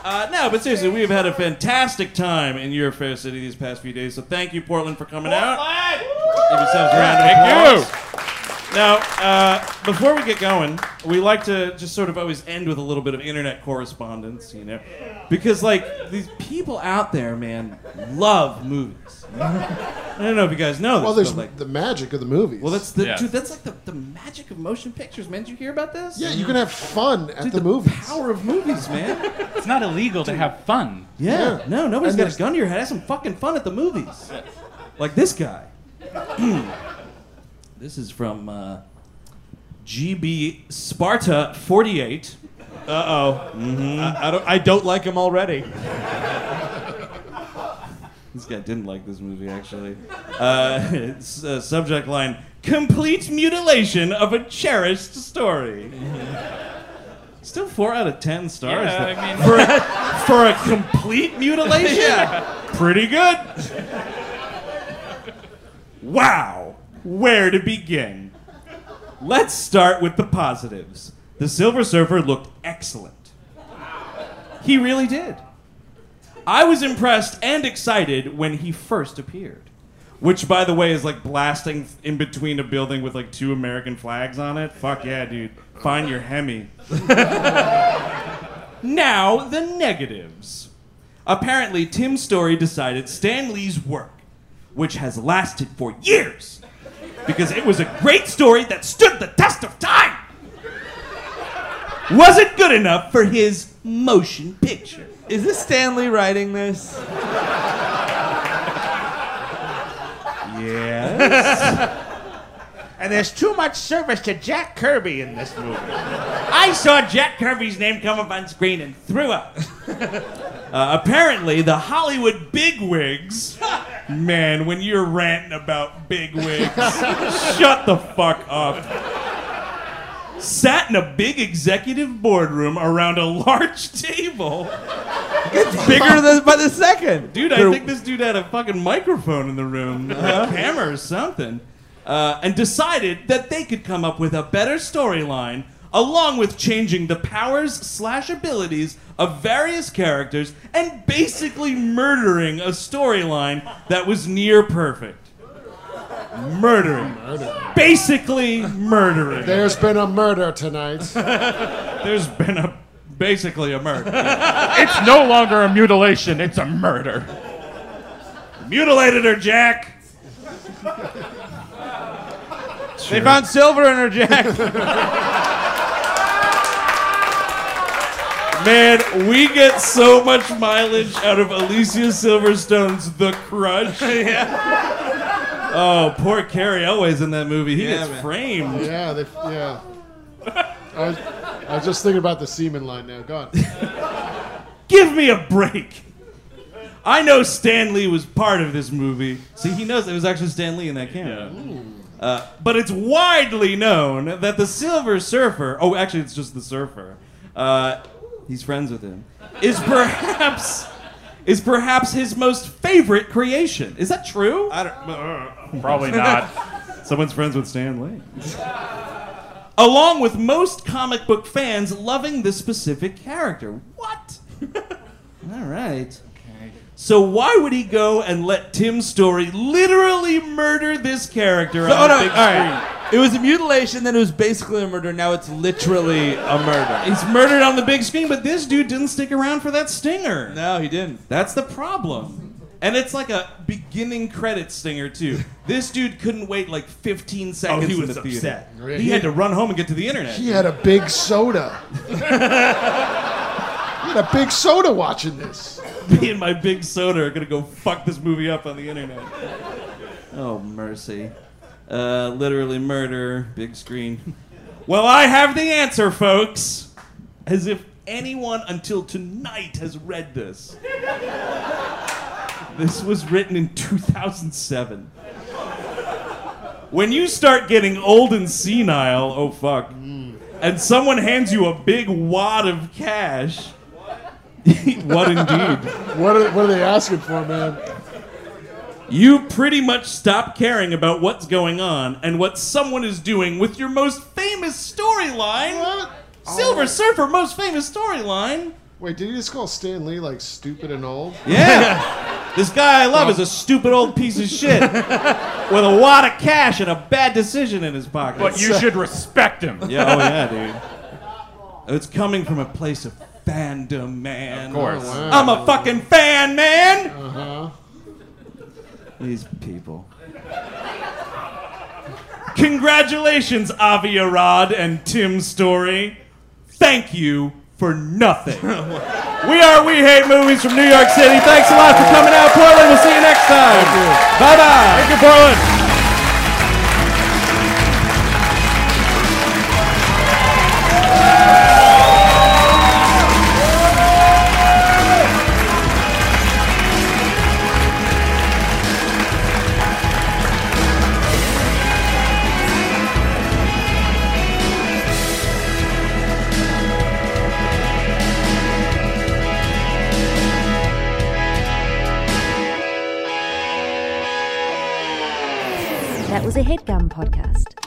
Speaker 1: Uh, no, but seriously, we have had a fantastic time in your fair city these past few days. So thank you, Portland, for coming out. Give yourselves a round
Speaker 19: Thank
Speaker 1: of applause. Now, uh, before we get going, we like to just sort of always end with a little bit of internet correspondence, you know, because like these people out there, man, love movies. I don't know if you guys know this.
Speaker 2: Well, there's
Speaker 1: but, like,
Speaker 2: the magic of the movies.
Speaker 1: well, that's the dude. That's like the, the magic of motion pictures, man. Did you hear about this?
Speaker 2: yeah, you can have fun at the, movies. Power
Speaker 1: of movies, man.
Speaker 9: It's not illegal to have fun.
Speaker 1: Yeah, no, nobody's
Speaker 9: And
Speaker 1: got
Speaker 9: there's-
Speaker 1: a gun to your head. Have some fucking fun at the movies. Like this guy. this is from uh, GB Sparta 48. Uh oh. I, I, don't, I don't like him already. this guy didn't like this movie, actually. Uh, it's, uh, subject line Complete mutilation of a cherished story. Still four out of ten stars.
Speaker 19: Yeah,
Speaker 1: though.
Speaker 19: I mean-
Speaker 1: for, a, for a complete mutilation?
Speaker 19: Yeah.
Speaker 1: Pretty good. Wow. Where to begin? Let's start with the positives. The Silver Surfer looked excellent. He really did. I was impressed and excited when he first appeared. Which, by the way, is like blasting in between a building with like two American flags on it. Fuck yeah, dude. Find your Hemi. now, the negatives. Apparently, Tim Story decided Stan Lee's work, which has lasted for years, because it was a great story that stood the test of time, wasn't good enough for his motion picture.
Speaker 3: Is this Stanley writing this?
Speaker 20: and there's too much service to Jack Kirby in this movie. I saw Jack Kirby's name come up on screen and threw up.
Speaker 1: Uh, apparently, the Hollywood bigwigs. Man, when you're ranting about bigwigs, shut the fuck up. Sat in a big executive boardroom around a large table. It's
Speaker 3: bigger than by the second.
Speaker 1: Dude, I
Speaker 3: They're-
Speaker 1: think this dude had a fucking microphone in the room, a camera or something, uh, and decided that they could come up with a better storyline along with changing the powers slash abilities of various characters and basically murdering a storyline that was near perfect. Murdering. Basically murdering.
Speaker 8: There's been a murder tonight.
Speaker 1: There's been a basically a murder.
Speaker 9: it's no longer a mutilation, it's a murder.
Speaker 1: Mutilated her, Jack.
Speaker 3: They found silver in her jacket.
Speaker 1: Man, we get so much mileage out of Alicia Silverstone's The Crush. Oh, poor Carrie Elway's in that movie. He
Speaker 8: Yeah,
Speaker 1: gets
Speaker 8: man.
Speaker 1: framed.
Speaker 8: Yeah, they, yeah. I was, I was just thinking about the semen line now. Go on.
Speaker 1: Give me a break. I know Stan Lee was part of this movie. See, he knows it was actually Stan Lee in that camera. Uh, but it's widely known that the Silver Surfer, oh, actually, it's just the Surfer, uh, he's friends with him, is perhaps. Is perhaps his most favorite creation. Is that true? I don't,
Speaker 9: Probably not.
Speaker 1: Someone's friends with Stan Lee. Along with most comic book fans loving this specific character. What? All right. So why would he go and let Tim Story literally murder this character
Speaker 3: So,
Speaker 1: on
Speaker 3: oh, no,
Speaker 1: the big
Speaker 3: all
Speaker 1: screen?
Speaker 3: right. It was a mutilation, then it was basically a murder. Now it's literally a murder.
Speaker 1: He's murdered on the big screen, but this dude didn't stick around for that stinger.
Speaker 3: No, he didn't.
Speaker 1: That's the problem. And it's like a beginning credit stinger too. This dude couldn't wait like 15 seconds
Speaker 8: Oh, he
Speaker 1: in
Speaker 8: was
Speaker 1: the theater.
Speaker 8: upset. Right.
Speaker 1: He had to run home and get to the internet.
Speaker 8: He had a big soda. he had a big soda watching this.
Speaker 1: Me and my big soda are gonna go fuck this movie up on the internet. Oh mercy! Uh, literally murder, big screen. Well, I have the answer, folks. As if anyone until tonight has read this. This was written in 2007. When you start getting old and senile, oh fuck, and someone hands you a big wad of cash, what indeed?
Speaker 8: What are, what are they asking for, man?
Speaker 1: You pretty much stop caring about what's going on and what someone is doing with your most famous storyline. Silver Surfer, most famous storyline.
Speaker 8: Wait, did you just call Stan Lee like stupid and old?
Speaker 1: Yeah. this guy I love is a stupid old piece of shit with a wad of cash and a bad decision in his pocket.
Speaker 9: But you should respect him.
Speaker 1: Yeah, oh yeah, dude. It's coming from a place of fandom, man.
Speaker 9: Of course.
Speaker 8: Oh, wow.
Speaker 1: I'm a fucking fan, man.
Speaker 8: Uh-huh.
Speaker 1: These people. Congratulations, Avi Arad and Tim Story. Thank you for nothing. we are We Hate Movies from New York City. Thanks a lot for coming out, Portland. We'll see you next time. Bye bye. Thank you, Portland.
Speaker 21: That was a headgum podcast.